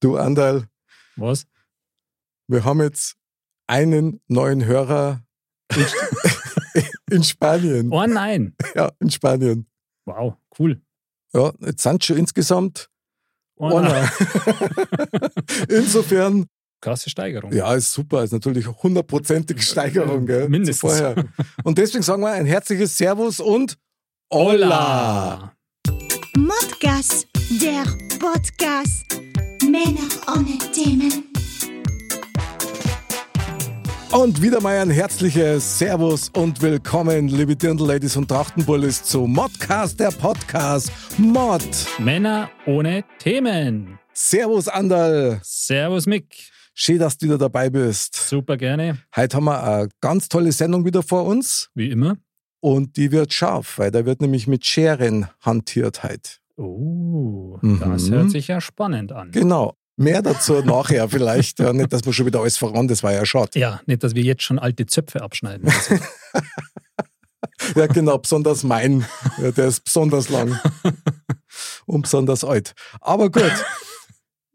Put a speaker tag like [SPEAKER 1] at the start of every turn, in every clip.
[SPEAKER 1] Du Andal,
[SPEAKER 2] Was?
[SPEAKER 1] wir haben jetzt einen neuen Hörer in, in Spanien.
[SPEAKER 2] Oh nein.
[SPEAKER 1] Ja, in Spanien.
[SPEAKER 2] Wow, cool.
[SPEAKER 1] Ja, jetzt sind schon insgesamt
[SPEAKER 2] Oh nein.
[SPEAKER 1] einer. Insofern,
[SPEAKER 2] Krasse Steigerung.
[SPEAKER 1] ja, ist super. Ist natürlich eine hundertprozentige Steigerung, gell? zu
[SPEAKER 2] Mindestens.
[SPEAKER 1] Vorher. Und deswegen sagen wir ein herzliches Servus und Hola!
[SPEAKER 2] Hola.
[SPEAKER 3] Modcast, der Podcast. Männer ohne Themen.
[SPEAKER 1] Und wieder mal ein herzliches Servus und willkommen, liebe Dirndl-Ladies und Trachtenbullis, zu Modcast, der Podcast Mod.
[SPEAKER 2] Männer ohne Themen.
[SPEAKER 1] Servus, Andal.
[SPEAKER 2] Servus Mick.
[SPEAKER 1] Schön, dass du wieder dabei bist.
[SPEAKER 2] Super gerne.
[SPEAKER 1] Heute haben wir eine ganz tolle Sendung wieder vor uns
[SPEAKER 2] Wie immer.
[SPEAKER 1] und die wird scharf, weil da wird nämlich mit Scheren hantiert heute.
[SPEAKER 2] Oh,
[SPEAKER 1] Mhm.
[SPEAKER 2] das hört sich ja spannend an.
[SPEAKER 1] Genau. Mehr dazu nachher vielleicht. Ja, nicht, dass wir schon wieder alles voran, das war ja schade.
[SPEAKER 2] Ja, nicht, dass wir jetzt schon alte Zöpfe abschneiden. müssen.
[SPEAKER 1] Ja, genau, besonders mein. Ja, der ist besonders lang und besonders alt. Aber gut.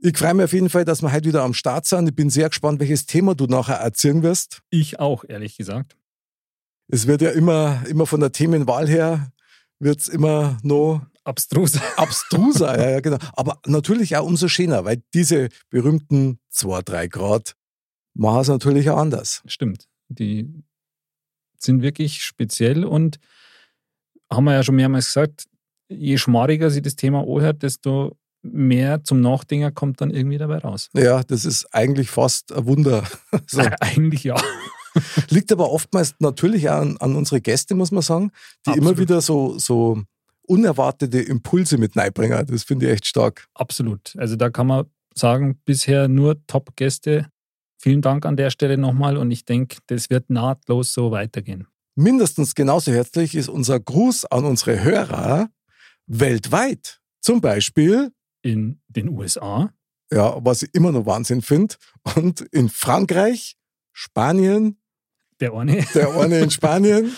[SPEAKER 1] Ich freue mich auf jeden Fall, dass wir heute wieder am Start sind. Ich bin sehr gespannt, welches Thema du nachher erzählen wirst.
[SPEAKER 2] ich auch, ehrlich gesagt.
[SPEAKER 1] Es wird ja immer, immer von der Themenwahl her, wird's immer noch
[SPEAKER 2] Abstrus.
[SPEAKER 1] abstruser. ja, ja, genau. Aber natürlich auch umso schöner, weil diese berühmten 2, 3 Grad machen es natürlich auch anders.
[SPEAKER 2] Stimmt. Die sind wirklich speziell und haben wir ja schon mehrmals gesagt, je schmarriger sie das Thema anhört, desto mehr zum Nachdenken kommt dann irgendwie dabei raus.
[SPEAKER 1] Ja, das ist eigentlich fast ein Wunder. So.
[SPEAKER 2] Äh, Eigentlich ja.
[SPEAKER 1] Liegt aber oftmals natürlich auch an, an unsere Gäste, muss man sagen, die
[SPEAKER 2] Absolut.
[SPEAKER 1] immer wieder so, so unerwartete Impulse mit reinbringen. Das finde ich echt stark.
[SPEAKER 2] Absolut. Also da kann man sagen, bisher nur Top-Gäste. Vielen Dank an der Stelle nochmal und ich denke, das wird nahtlos so weitergehen.
[SPEAKER 1] Mindestens genauso herzlich ist unser Gruß an unsere Hörer weltweit. Zum Beispiel,
[SPEAKER 2] In den USA,
[SPEAKER 1] ja, was ich immer noch Wahnsinn finde, und in Frankreich, Spanien,
[SPEAKER 2] der eine,
[SPEAKER 1] der eine in Spanien,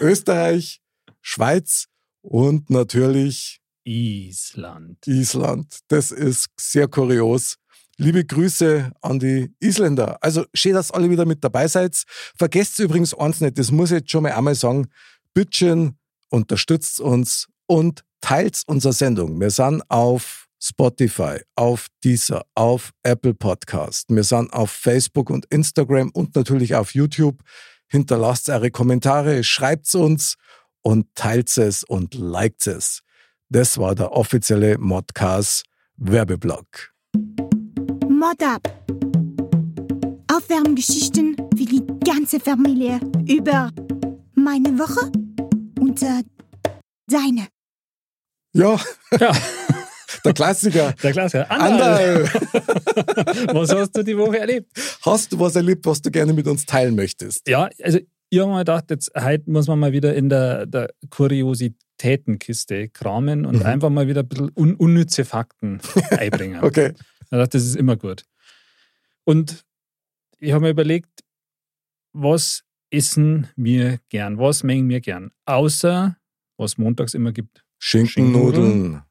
[SPEAKER 1] Österreich, Schweiz und natürlich
[SPEAKER 2] Island.
[SPEAKER 1] Island. Das ist sehr kurios. Liebe Grüße an die Isländer. Also schön, dass alle wieder mit dabei seid. Vergesst übrigens eins nicht, das muss ich jetzt schon mal einmal sagen. Bitteschön, unterstützt uns und teilt unsere Sendung. Wir sind auf Spotify, auf Deezer, auf Apple Podcast. Wir sind auf Facebook und Instagram und natürlich auf YouTube. Hinterlasst eure Kommentare, schreibt uns und teilt es und liked es. Das war der offizielle Modcast Werbeblock.
[SPEAKER 3] Mod ab. Aufwärmgeschichten für die ganze Familie über meine Woche und äh, deine.
[SPEAKER 1] Ja,
[SPEAKER 2] Ja,
[SPEAKER 1] der Klassiker.
[SPEAKER 2] der Klasse. Anderl,
[SPEAKER 1] Anderl,
[SPEAKER 2] was hast du die Woche erlebt?
[SPEAKER 1] hast du was erlebt, was du gerne mit uns teilen möchtest?
[SPEAKER 2] Ja, also ich habe mir gedacht, jetzt heute muss man mal wieder in der, der Kuriositätenkiste kramen und
[SPEAKER 1] Mhm.
[SPEAKER 2] einfach mal wieder ein bisschen un unnütze Fakten einbringen.
[SPEAKER 1] Okay.
[SPEAKER 2] Ich dachte, das ist immer gut. Und ich habe mir überlegt, was essen wir gern? Was mengen wir gern? Außer, was montags immer gibt,
[SPEAKER 1] Schinkennudeln.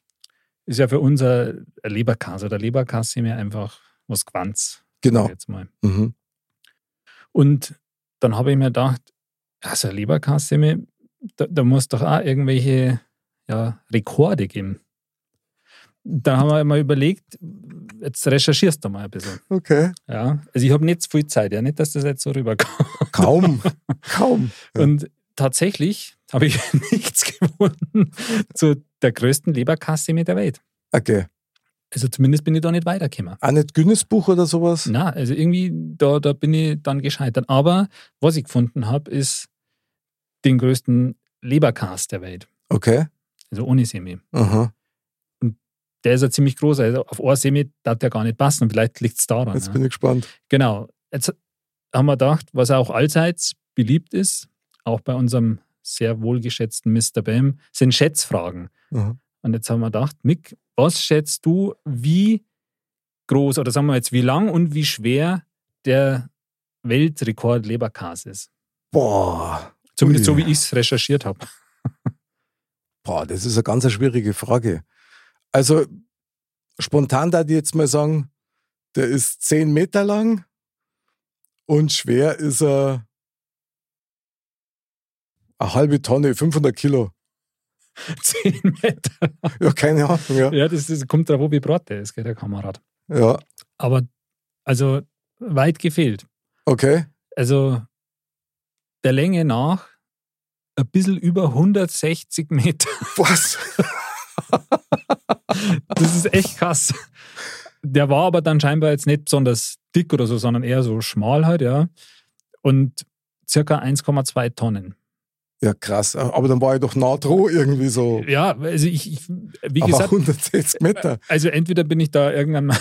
[SPEAKER 2] ist ja für uns ein ein Leberkäse oder Leberkäse mehr einfach was Quanz.
[SPEAKER 1] Genau.
[SPEAKER 2] Jetzt mal.
[SPEAKER 1] Mhm.
[SPEAKER 2] Und dann habe ich mir gedacht, also Leberkassemme, da, da muss doch auch irgendwelche ja, Rekorde geben. Da haben wir mal überlegt, jetzt recherchierst du mal ein bisschen.
[SPEAKER 1] Okay.
[SPEAKER 2] Ja. Also ich habe nicht so viel Zeit, ja, nicht, dass das jetzt so rüberkommt.
[SPEAKER 1] Kaum. Kaum. Ja.
[SPEAKER 2] Und tatsächlich habe ich nichts gefunden zu der größten Leberkassemme der Welt.
[SPEAKER 1] Okay.
[SPEAKER 2] Also zumindest bin ich da nicht weitergekommen.
[SPEAKER 1] Auch nicht Guinness-Buch oder sowas?
[SPEAKER 2] Na, also irgendwie, da, da bin ich dann gescheitert. Aber was ich gefunden habe, ist den größten Lebercast der Welt.
[SPEAKER 1] Okay.
[SPEAKER 2] Also ohne Semi.
[SPEAKER 1] Aha.
[SPEAKER 2] Der ist ja ziemlich groß. Also auf ein Semi darf der gar nicht passen. Vielleicht liegt es daran.
[SPEAKER 1] Jetzt
[SPEAKER 2] ja.
[SPEAKER 1] bin ich gespannt.
[SPEAKER 2] Genau. Jetzt haben wir gedacht, was auch allseits beliebt ist, auch bei unserem sehr wohlgeschätzten Mr. Bam, sind Schätzfragen.
[SPEAKER 1] Aha.
[SPEAKER 2] Und jetzt haben wir gedacht, Mick, was schätzt du, wie groß oder sagen wir jetzt, wie lang und wie schwer der Weltrekord Leberkas ist?
[SPEAKER 1] Boah.
[SPEAKER 2] Zumindest
[SPEAKER 1] Ui.
[SPEAKER 2] so, wie ich es recherchiert habe.
[SPEAKER 1] Boah, das ist eine ganz schwierige Frage. Also spontan da die jetzt mal sagen, Der ist 10 Meter lang und schwer ist er eine halbe Tonne, 500 Kilo.
[SPEAKER 2] 10 Meter.
[SPEAKER 1] Ja, keine Ahnung, ja.
[SPEAKER 2] Ja, das, das kommt drauf, wie breit der ist, gell, der Kamerad.
[SPEAKER 1] Ja,
[SPEAKER 2] Aber, also, weit gefehlt.
[SPEAKER 1] okay.
[SPEAKER 2] Also, der Länge nach ein bisschen über 160 Meter.
[SPEAKER 1] Was?
[SPEAKER 2] Das ist echt krass. Der war aber dann scheinbar jetzt nicht besonders dick oder so, sondern eher so schmal halt, ja. Und circa 1,2 Tonnen.
[SPEAKER 1] Ja, krass. Aber dann war ich doch nah dran irgendwie so.
[SPEAKER 2] Ja, also ich, ich wie
[SPEAKER 1] Aber
[SPEAKER 2] gesagt,
[SPEAKER 1] 160 Meter.
[SPEAKER 2] also entweder bin ich da irgendwann mal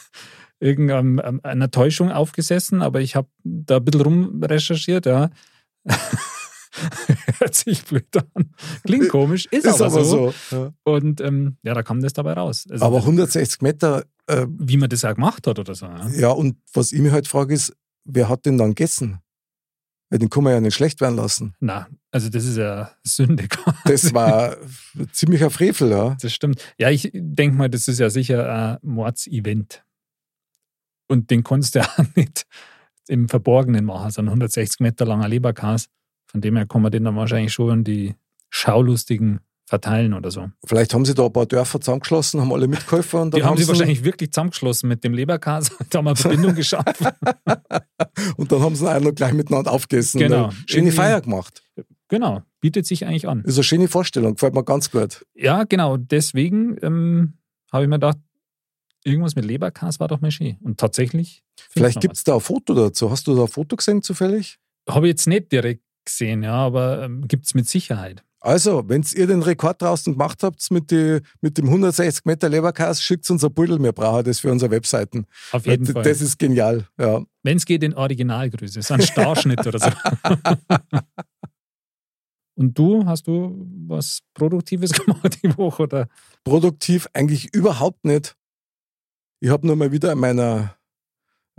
[SPEAKER 2] irgendeiner Täuschung aufgesessen, aber ich habe da ein bisschen rumrecherchiert, ja. Hört sich blöd an. Klingt komisch, ist,
[SPEAKER 1] Ist aber so. Ja.
[SPEAKER 2] Und ähm, ja, da kam das dabei raus. Also,
[SPEAKER 1] Aber 160 Meter, äh,
[SPEAKER 2] wie man das auch gemacht hat oder so. Ja.
[SPEAKER 1] ja, und was ich mir halt frage ist, wer hat den dann gegessen? Weil den kann man ja nicht schlecht werden lassen.
[SPEAKER 2] Na, also das ist ja Sünde.
[SPEAKER 1] Das war ziemlicher Frevel, ja.
[SPEAKER 2] Das stimmt. Ja, ich denke mal, das ist ja sicher ein Mordsevent. Und den konntest du ja nicht im Verborgenen machen, so ein 160 Meter langer Leberkas. Von dem her kann man den dann wahrscheinlich schon an die Schaulustigen verteilen oder so.
[SPEAKER 1] Vielleicht haben sie da ein paar Dörfer zusammengeschlossen, haben alle mitgeholfen und dann
[SPEAKER 2] Die haben sie
[SPEAKER 1] sie-
[SPEAKER 2] wahrscheinlich wirklich zusammengeschlossen mit dem Leberkas und haben eine Verbindung geschaffen.
[SPEAKER 1] Und dann haben sie einen gleich miteinander aufgegessen.
[SPEAKER 2] Genau.
[SPEAKER 1] Ne? Schöne
[SPEAKER 2] Irgendwie-
[SPEAKER 1] Feier gemacht.
[SPEAKER 2] genau, bietet sich eigentlich an.
[SPEAKER 1] Ist eine schöne Vorstellung, gefällt mir ganz gut.
[SPEAKER 2] Ja, genau, deswegen ähm, habe ich mir gedacht, irgendwas mit Leberkas war doch mal schön. Und tatsächlich. findet
[SPEAKER 1] Vielleicht
[SPEAKER 2] man
[SPEAKER 1] gibt es da ein Foto dazu. Hast du da ein Foto gesehen zufällig?
[SPEAKER 2] Habe ich jetzt nicht direkt gesehen, ja, aber ähm, gibt es mit Sicherheit.
[SPEAKER 1] Also, wenn ihr den Rekord draußen gemacht habt mit, die, mit dem 160 Meter Leberkas, schickt uns ein Pudel, wir brauchen das für unsere Webseiten.
[SPEAKER 2] Auf jeden
[SPEAKER 1] das,
[SPEAKER 2] Fall.
[SPEAKER 1] das ist genial. Ja.
[SPEAKER 2] Wenn es geht, in Originalgröße. So ein Starschnitt oder so. Und du, hast du was Produktives gemacht die Woche? Oder?
[SPEAKER 1] Produktiv eigentlich überhaupt nicht. Ich habe nur mal wieder in meiner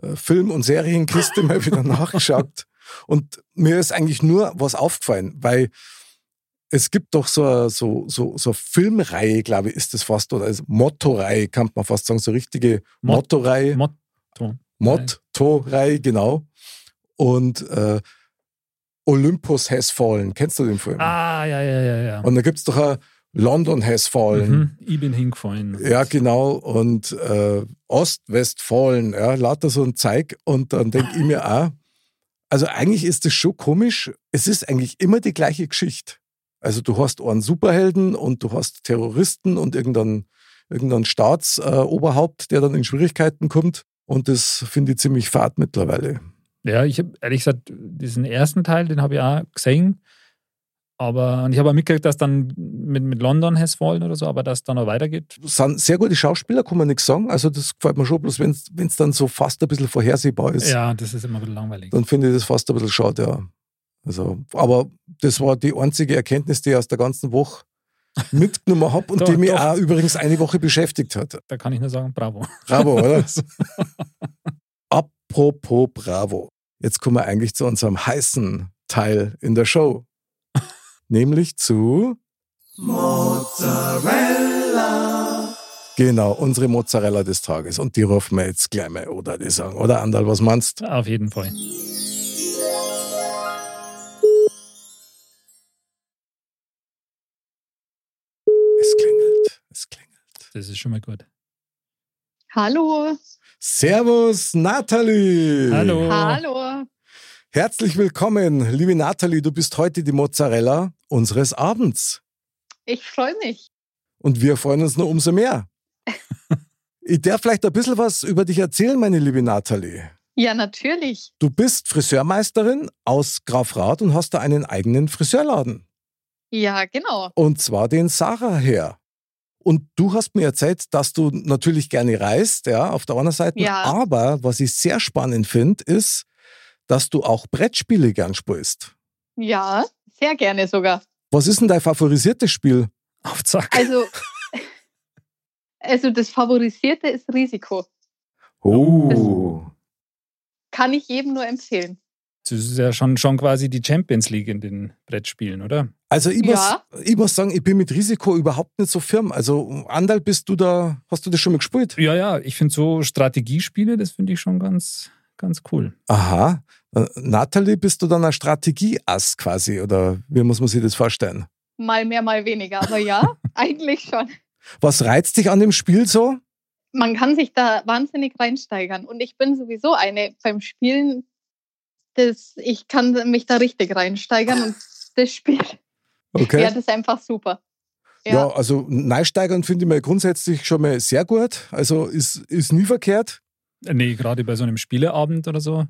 [SPEAKER 1] äh, Film- und Serienkiste mal wieder nachgeschaut. Und mir ist eigentlich nur was aufgefallen, weil es gibt doch so eine so, so, so eine Filmreihe, glaube ich, ist das fast, oder also Mottoreihe, kann man fast sagen, so richtige
[SPEAKER 2] Mot-
[SPEAKER 1] Mottoreihe.
[SPEAKER 2] Mot-
[SPEAKER 1] Motto-Reihe, genau. Und äh, Olympus has fallen. Kennst du den Film?
[SPEAKER 2] Ah, ja, ja, ja, ja.
[SPEAKER 1] Und da gibt es doch ein London has fallen.
[SPEAKER 2] Mhm. Ich bin hingefallen.
[SPEAKER 1] Ja, genau. Und äh, Ost-West fallen. Ja, lauter so ein Zeig. Und dann denke ich mir auch, also eigentlich ist das schon komisch. Es ist eigentlich immer die gleiche Geschichte. Also du hast einen Superhelden und du hast Terroristen und irgendeinen irgendein Staatsoberhaupt, der dann in Schwierigkeiten kommt. Und das finde ich ziemlich fad mittlerweile.
[SPEAKER 2] Ja, ich habe ehrlich gesagt, diesen ersten Teil, den habe ich auch gesehen. Aber und ich habe auch mitgekriegt, dass dann mit, mit London has fallen oder so, aber dass dann noch weitergeht.
[SPEAKER 1] sind sehr gute Schauspieler, kann man nichts sagen. Also das gefällt mir schon, bloß wenn es dann so fast ein bisschen vorhersehbar ist,
[SPEAKER 2] Ja, das ist immer ein bisschen langweilig.
[SPEAKER 1] dann finde ich das fast ein bisschen schade, ja. Also, aber das war die einzige Erkenntnis, die ich aus der ganzen Woche mitgenommen habe und
[SPEAKER 2] Doch,
[SPEAKER 1] die mich
[SPEAKER 2] doch.
[SPEAKER 1] auch übrigens eine Woche beschäftigt hat.
[SPEAKER 2] Da kann ich nur sagen, bravo.
[SPEAKER 1] Bravo, oder?
[SPEAKER 2] Also.
[SPEAKER 1] Apropos Bravo. Jetzt kommen wir eigentlich zu unserem heißen Teil in der Show. Nämlich zu Mozzarella. Genau, unsere Mozzarella des Tages. Und die rufen wir jetzt gleich mal, oder die sagen, oder Andal, was meinst du?
[SPEAKER 2] Auf jeden Fall.
[SPEAKER 1] Es klingelt, es klingelt.
[SPEAKER 2] Das ist schon mal gut.
[SPEAKER 4] Hallo.
[SPEAKER 1] Servus, Nathalie.
[SPEAKER 2] Hallo.
[SPEAKER 4] Hallo.
[SPEAKER 1] Herzlich willkommen, liebe Nathalie. Du bist heute die Mozzarella unseres Abends.
[SPEAKER 4] Ich freue mich.
[SPEAKER 1] Und wir freuen uns nur umso mehr. Ich darf vielleicht ein bisschen was über dich erzählen, meine liebe Nathalie.
[SPEAKER 4] Ja, natürlich.
[SPEAKER 1] Du bist Friseurmeisterin aus Grafrath und hast da einen eigenen Friseurladen.
[SPEAKER 4] Ja, genau.
[SPEAKER 1] Und zwar den Sarah her. Und du hast mir erzählt, dass du natürlich gerne reist, ja, auf der anderen Seite.
[SPEAKER 4] Ja.
[SPEAKER 1] Aber was ich sehr spannend finde, ist, dass du auch Brettspiele gern spielst.
[SPEAKER 4] Ja, sehr gerne sogar.
[SPEAKER 1] Was ist denn dein favorisiertes Spiel?
[SPEAKER 2] Auf Zack.
[SPEAKER 4] Also, also das Favorisierte ist Risiko.
[SPEAKER 1] Oh.
[SPEAKER 4] Kann ich jedem nur empfehlen.
[SPEAKER 2] Das ist ja schon, schon quasi die Champions League in den Brettspielen, oder?
[SPEAKER 1] Also ich muss,
[SPEAKER 4] Ja.
[SPEAKER 1] ich muss sagen, ich bin mit Risiko überhaupt nicht so firm. Also Andal, bist du da, hast du das schon mal gespielt?
[SPEAKER 2] Ja, ja, ich finde so Strategiespiele, das finde ich schon ganz, ganz cool.
[SPEAKER 1] Aha. Äh, Nathalie, bist du dann ein Strategieass quasi? Oder wie muss man sich das vorstellen?
[SPEAKER 4] Mal mehr, mal weniger. Aber ja, eigentlich schon.
[SPEAKER 1] Was reizt dich an dem Spiel so?
[SPEAKER 4] man kann sich da wahnsinnig reinsteigern. Und ich bin sowieso eine beim Spielen, das, ich kann mich da richtig reinsteigern und das Spiel,
[SPEAKER 1] Okay.
[SPEAKER 4] ja, das ist einfach super.
[SPEAKER 1] Ja, also Neisteigern finde ich mal grundsätzlich schon mal sehr gut. Also ist, ist nie verkehrt.
[SPEAKER 2] Äh, Nee, gerade bei so einem Spieleabend oder so,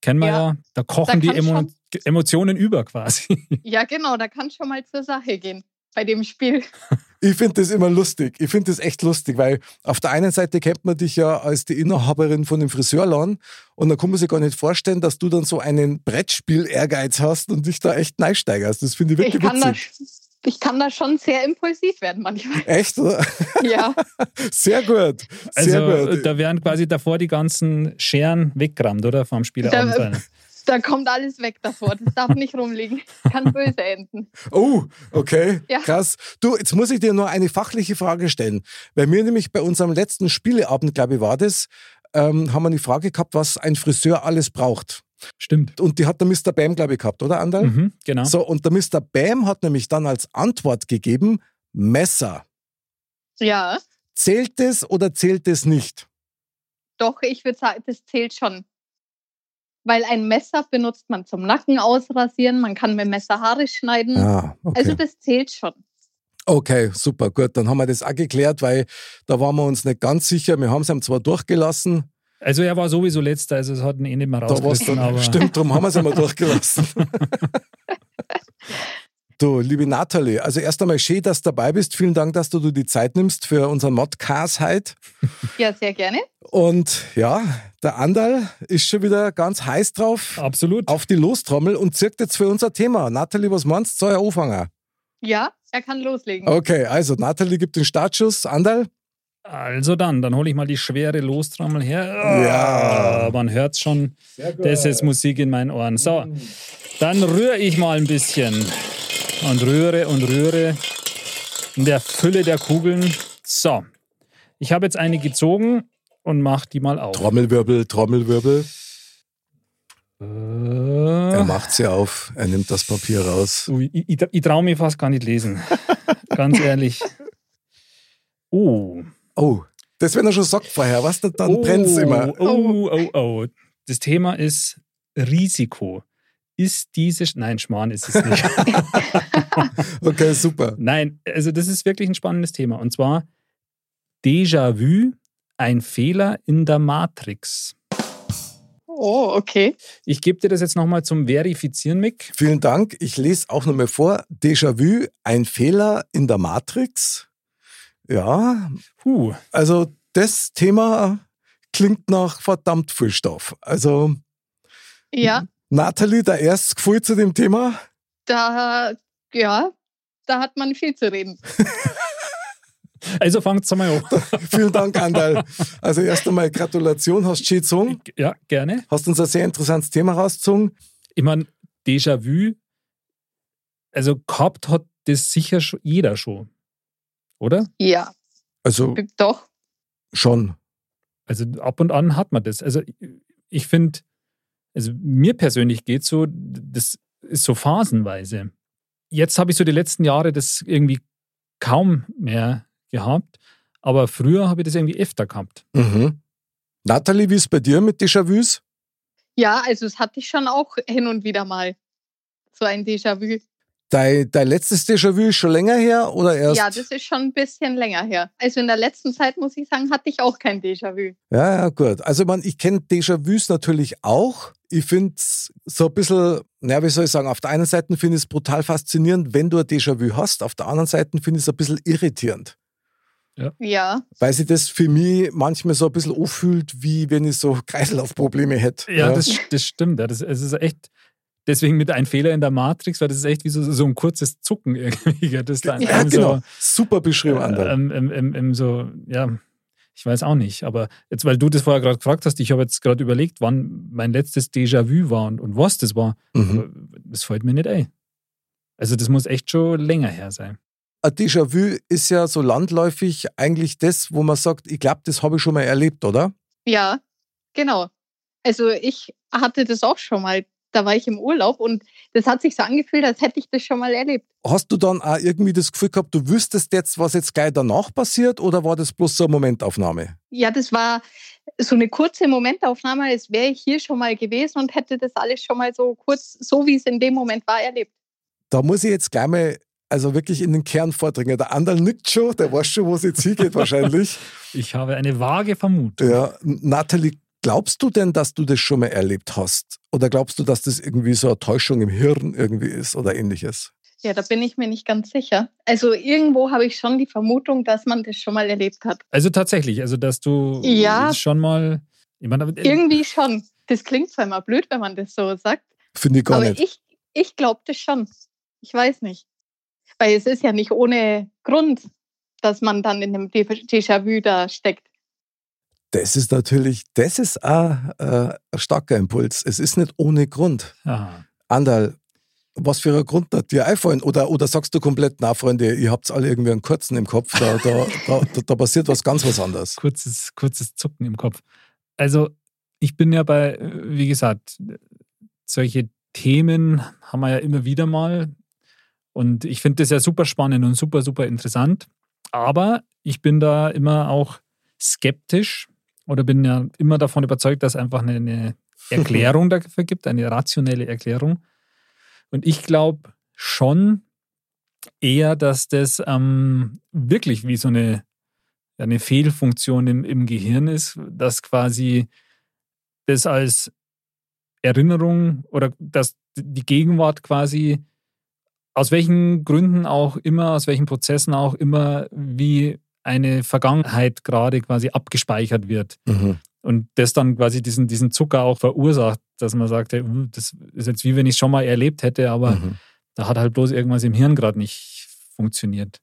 [SPEAKER 2] kennen wir ja,
[SPEAKER 4] Ja.
[SPEAKER 2] da kochen
[SPEAKER 4] Da
[SPEAKER 2] die
[SPEAKER 4] kann
[SPEAKER 2] Emo
[SPEAKER 4] schon-
[SPEAKER 2] Emotionen über quasi.
[SPEAKER 4] ja genau, da kann schon mal zur Sache gehen bei dem Spiel.
[SPEAKER 1] Ich finde das immer lustig. Ich finde das echt lustig, weil auf der einen Seite kennt man dich ja als die Inhaberin von dem Friseurladen und da kann man sich gar nicht vorstellen, dass du dann so einen Brettspiel-Ehrgeiz hast und dich da echt neisteigerst. Das finde ich
[SPEAKER 4] Ich
[SPEAKER 1] wirklich
[SPEAKER 4] kann, da,
[SPEAKER 1] witzig.
[SPEAKER 4] ich kann da schon sehr impulsiv werden manchmal.
[SPEAKER 1] Echt? Oder?
[SPEAKER 4] Ja,
[SPEAKER 1] Sehr gut.
[SPEAKER 2] Also
[SPEAKER 1] Sehr gut.
[SPEAKER 2] da werden quasi davor die ganzen Scheren weggerammt, oder? Vom Spieleabend.
[SPEAKER 4] Da- da kommt alles weg davor. Das darf nicht rumliegen. Kann böse enden.
[SPEAKER 1] Oh, okay.
[SPEAKER 4] Ja.
[SPEAKER 1] Krass. Du, jetzt muss ich dir nur eine fachliche Frage stellen. Weil mir nämlich bei unserem letzten Spieleabend, glaube ich, war das, ähm, haben wir die Frage gehabt, was ein Friseur alles braucht.
[SPEAKER 2] Stimmt.
[SPEAKER 1] Und die hat der Mr. Bam, glaube ich, gehabt, oder, Andal?
[SPEAKER 2] Mhm, genau.
[SPEAKER 1] So, und der Mr. Bam hat nämlich dann als Antwort gegeben, Messer.
[SPEAKER 4] Ja,
[SPEAKER 1] Zählt es oder zählt es nicht?
[SPEAKER 4] Doch, ich würde sagen, das zählt schon. Weil ein Messer benutzt man zum Nacken ausrasieren, man kann mit dem Messer Haare schneiden.
[SPEAKER 1] Ah,
[SPEAKER 4] Also das zählt schon.
[SPEAKER 1] Okay, super, gut. Dann haben wir das auch geklärt, weil da waren wir uns nicht ganz sicher. Wir haben es ihm zwar durchgelassen,
[SPEAKER 2] Also er war sowieso letzter, also es hat ihn eh nicht mehr
[SPEAKER 1] da war's
[SPEAKER 2] rausgerissen,
[SPEAKER 1] dann,
[SPEAKER 2] aber
[SPEAKER 1] stimmt, darum haben wir es einmal durchgelassen. Du, liebe Nathalie, also erst einmal schön, dass du dabei bist. Vielen Dank, dass du dir die Zeit nimmst für unseren Modcast heute.
[SPEAKER 4] Ja, sehr gerne.
[SPEAKER 1] Und ja, der Andal ist schon wieder ganz heiß drauf.
[SPEAKER 2] absolut.
[SPEAKER 1] auf die Lostrommel und zirkt jetzt für unser Thema. Nathalie, was meinst du? Soll er anfangen?
[SPEAKER 4] Ja, er kann loslegen.
[SPEAKER 1] Okay, also Nathalie gibt den Startschuss. Andal?
[SPEAKER 2] Also dann, dann hole ich mal die schwere Lostrommel her.
[SPEAKER 1] Ja.
[SPEAKER 2] Ah, Man hört schon, das ist Musik in meinen Ohren. So, dann rühre ich mal ein bisschen und rühre und rühre in der Fülle der Kugeln. So, ich habe jetzt eine gezogen und mache die mal auf.
[SPEAKER 1] Trommelwirbel, Trommelwirbel.
[SPEAKER 2] Äh,
[SPEAKER 1] Er macht sie auf, er nimmt das Papier raus.
[SPEAKER 2] Ui, ich, ich, ich traue mich fast gar nicht lesen. Ganz ehrlich. Oh.
[SPEAKER 1] Oh, das, wenn er schon sagt vorher, was denn, dann
[SPEAKER 2] oh,
[SPEAKER 1] brennt es immer.
[SPEAKER 2] Oh, oh, oh. Das Thema ist Risiko. Ist diese. Sch- Nein, Schmarrn ist es nicht.
[SPEAKER 1] Okay, super.
[SPEAKER 2] Nein, also das ist wirklich ein spannendes Thema. Und zwar Déjà-vu, ein Fehler in der Matrix.
[SPEAKER 4] Oh, okay.
[SPEAKER 2] Ich gebe dir das jetzt nochmal zum Verifizieren, Mick.
[SPEAKER 1] Vielen Dank. Ich lese auch nochmal vor. Déjà-vu, ein Fehler in der Matrix. Ja,
[SPEAKER 2] Puh,
[SPEAKER 1] also das Thema klingt nach verdammt viel Stoff. Also,
[SPEAKER 4] Ja,
[SPEAKER 1] Nathalie, da erst Gefühl zu dem Thema.
[SPEAKER 4] da, ja, da hat man viel zu reden.
[SPEAKER 2] also fangt's mal an.
[SPEAKER 1] Vielen Dank, Andal. Also erst einmal Gratulation, hast schön gezogen.
[SPEAKER 2] Ja, gerne.
[SPEAKER 1] Hast uns ein sehr interessantes Thema rausgezogen.
[SPEAKER 2] ich meine, Déjà-vu, also gehabt hat das sicher schon jeder schon, oder?
[SPEAKER 4] Ja,
[SPEAKER 1] Also
[SPEAKER 4] doch.
[SPEAKER 1] schon.
[SPEAKER 2] Also ab und an hat man das. Also ich finde, also mir persönlich geht so, das ist so phasenweise. Jetzt habe ich so die letzten Jahre das irgendwie kaum mehr gehabt, aber früher habe ich das irgendwie öfter gehabt.
[SPEAKER 1] Mhm. Nathalie, wie ist bei dir mit Déjà-vus?
[SPEAKER 4] Ja, also es hatte ich schon auch hin und wieder mal. So ein Déjà-vu.
[SPEAKER 1] Dein, dein letztes Déjà-vu ist schon länger her oder erst?
[SPEAKER 4] Ja, das ist schon ein bisschen länger her. Also in der letzten Zeit, muss ich sagen, hatte ich auch kein Déjà-vu.
[SPEAKER 1] ja, ja, gut. Also man, ich kenne Déjà-vus natürlich auch. Ich finde es so ein bisschen, naja, wie soll ich sagen, auf der einen Seite finde ich es brutal faszinierend, wenn du ein Déjà-vu hast, auf der anderen Seite finde ich es ein bisschen irritierend.
[SPEAKER 4] Ja,
[SPEAKER 1] weil sich das für mich manchmal so ein bisschen anfühlt, wie wenn ich so Kreislaufprobleme hätte.
[SPEAKER 2] Ja, das, das stimmt. Ja, das, es ist echt, deswegen mit ein Fehler in der Matrix, weil das ist echt wie so, so ein kurzes Zucken irgendwie. gell, Das dann
[SPEAKER 1] ja
[SPEAKER 2] einem so-
[SPEAKER 1] äh,
[SPEAKER 2] Äh,
[SPEAKER 1] genau. Super beschrieben, Anderl.
[SPEAKER 2] ähm, ähm, ähm, ähm, so, ja, Ich weiß auch nicht, aber jetzt, weil du das vorher gerade gefragt hast, ich habe jetzt gerade überlegt, wann mein letztes Déjà-vu war und, und was das war.
[SPEAKER 1] Mhm.
[SPEAKER 2] Aber das fällt mir nicht ein. Also das muss echt schon länger her sein.
[SPEAKER 1] Ein Déjà-vu ist ja so landläufig eigentlich das, wo man sagt, ich glaube, das habe ich schon mal erlebt, oder?
[SPEAKER 4] Ja, genau. Also ich hatte das auch schon mal. Da war ich im Urlaub und das hat sich so angefühlt, als hätte ich das schon mal erlebt.
[SPEAKER 1] Hast du dann auch irgendwie das Gefühl gehabt, du wüsstest jetzt, was jetzt gleich danach passiert, oder war das bloß so eine Momentaufnahme?
[SPEAKER 4] Ja, das war so eine kurze Momentaufnahme, als wäre ich hier schon mal gewesen und hätte das alles schon mal so kurz, so wie es in dem Moment war, erlebt.
[SPEAKER 1] Da muss ich jetzt gleich mal, also wirklich in den Kern vordringen. Der andere nickt schon, der weiß schon, wo es jetzt hingeht wahrscheinlich.
[SPEAKER 2] Ich habe eine vage Vermutung.
[SPEAKER 1] Ja, Nathalie, glaubst du denn, dass du das schon mal erlebt hast? Oder glaubst du, dass das irgendwie so eine Täuschung im Hirn irgendwie ist oder ähnliches?
[SPEAKER 4] Ja, da bin ich mir nicht ganz sicher. Also irgendwo habe ich schon die Vermutung, dass man das schon mal erlebt hat.
[SPEAKER 2] Also tatsächlich, also dass du
[SPEAKER 4] Ja.
[SPEAKER 2] es schon mal. Ich meine, aber- äh,
[SPEAKER 4] Irgendwie schon. Das klingt zwar immer blöd, wenn man das so sagt,
[SPEAKER 1] Finde ich gar
[SPEAKER 4] aber
[SPEAKER 1] nicht.
[SPEAKER 4] ich, ich glaube das schon. Ich weiß nicht. Weil es ist ja nicht ohne Grund, dass man dann in einem Dé- Déjà-vu da steckt.
[SPEAKER 1] das ist natürlich, das ist auch, äh, ein starker Impuls. Es ist nicht ohne Grund.
[SPEAKER 2] Aha.
[SPEAKER 1] Andal, was für ein Grund hat dir einfallen? Oder, oder sagst du komplett, na Freunde, ihr habt alle irgendwie einen kurzen im Kopf, da, da, da, da, da passiert was ganz was anderes.
[SPEAKER 2] kurzes, kurzes Zucken im Kopf. Also, ich bin ja bei, äh, wie gesagt, solche Themen haben wir ja immer wieder mal. Und ich finde das ja super spannend und super, super interessant. Aber ich bin da immer auch skeptisch oder bin ja immer davon überzeugt, dass einfach eine, eine Erklärung dafür gibt, eine rationelle Erklärung. Und ich glaube schon eher, dass das ähm, wirklich wie so eine ja, eine Fehlfunktion im, im Gehirn ist, dass quasi das als Erinnerung oder dass die Gegenwart quasi aus welchen Gründen auch immer, aus welchen Prozessen auch immer, wie eine Vergangenheit gerade quasi abgespeichert wird.
[SPEAKER 1] Mhm.
[SPEAKER 2] Und das dann quasi diesen, diesen Zucker auch verursacht, dass man sagt, hey, uh, das ist jetzt wie wenn ich es schon mal erlebt hätte, aber
[SPEAKER 1] Mhm.
[SPEAKER 2] da hat halt bloß irgendwas im Hirn gerade nicht funktioniert.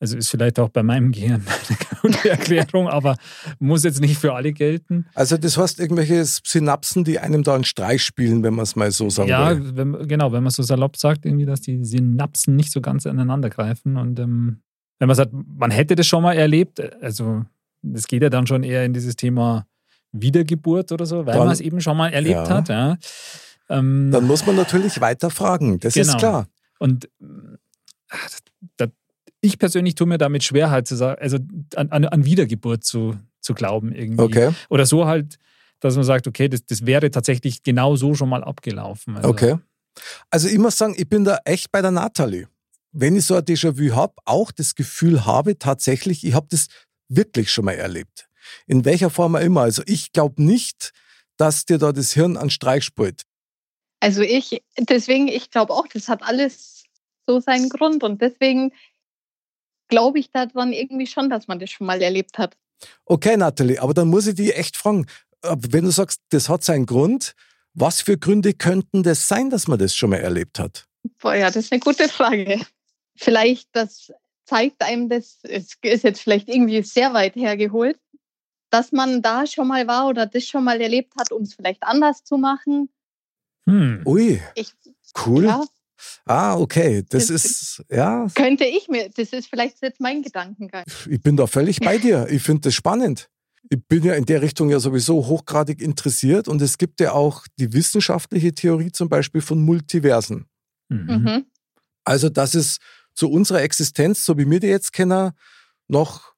[SPEAKER 2] Also ist vielleicht auch bei meinem Gehirn eine gute Erklärung, aber muss jetzt nicht für alle gelten.
[SPEAKER 1] Also das heißt, irgendwelche Synapsen, die einem da einen Streich spielen, wenn man es mal so sagen
[SPEAKER 2] ja,
[SPEAKER 1] will.
[SPEAKER 2] wenn, genau, wenn man so salopp sagt, irgendwie, dass die Synapsen nicht so ganz aneinander greifen. Und ähm, wenn man sagt, man hätte das schon mal erlebt, also das geht ja dann schon eher in dieses Thema Wiedergeburt oder so, weil
[SPEAKER 1] Dann-
[SPEAKER 2] man es eben schon mal
[SPEAKER 1] Ja.
[SPEAKER 2] erlebt hat. Ja. Ähm,
[SPEAKER 1] Dann muss man natürlich weiter fragen, das ist
[SPEAKER 2] Genau.
[SPEAKER 1] klar.
[SPEAKER 2] Und mh, ah, da, da, ich persönlich tue mir damit schwer, halt zu sagen, also an, an, an Wiedergeburt zu, zu glauben irgendwie.
[SPEAKER 1] Okay,
[SPEAKER 2] Oder so halt, dass man sagt, okay, das, das wäre tatsächlich genau so schon mal abgelaufen. Also,
[SPEAKER 1] okay. Also ich muss sagen, ich bin da echt bei der Nathalie. Wenn ich so ein Déjà-vu habe, auch das Gefühl habe tatsächlich, ich habe das wirklich schon mal erlebt. In welcher Form auch immer. Also ich glaube nicht, dass dir da das Hirn an Streich spielt.
[SPEAKER 4] Also ich, deswegen, ich glaube auch, das hat alles so seinen Grund. Und deswegen glaube ich daran irgendwie schon, dass man das schon mal erlebt hat.
[SPEAKER 1] Okay, Nathalie, aber dann muss ich dich echt fragen, äh, wenn du sagst, das hat seinen Grund, was für Gründe könnten das sein, dass man das schon mal erlebt hat?
[SPEAKER 4] Boah, ja, das ist eine gute Frage. Vielleicht, das zeigt einem das, es ist jetzt vielleicht irgendwie sehr weit hergeholt, dass man da schon mal war oder das schon mal erlebt hat, um es vielleicht anders zu machen.
[SPEAKER 2] Hm.
[SPEAKER 1] Ui,
[SPEAKER 4] Ich,
[SPEAKER 1] cool.
[SPEAKER 4] ja,
[SPEAKER 1] Ah, okay, das
[SPEAKER 4] Das-
[SPEAKER 1] ist, ja,
[SPEAKER 4] könnte ich mir, das ist vielleicht jetzt mein Gedankengang.
[SPEAKER 1] ich bin da völlig bei dir. Ich finde das spannend. Ich bin ja in der Richtung ja sowieso hochgradig interessiert und es gibt ja auch die wissenschaftliche Theorie zum Beispiel von Multiversen.
[SPEAKER 2] Mhm.
[SPEAKER 4] Mhm.
[SPEAKER 1] Also, dass es zu unserer Existenz, so wie wir die jetzt kennen, noch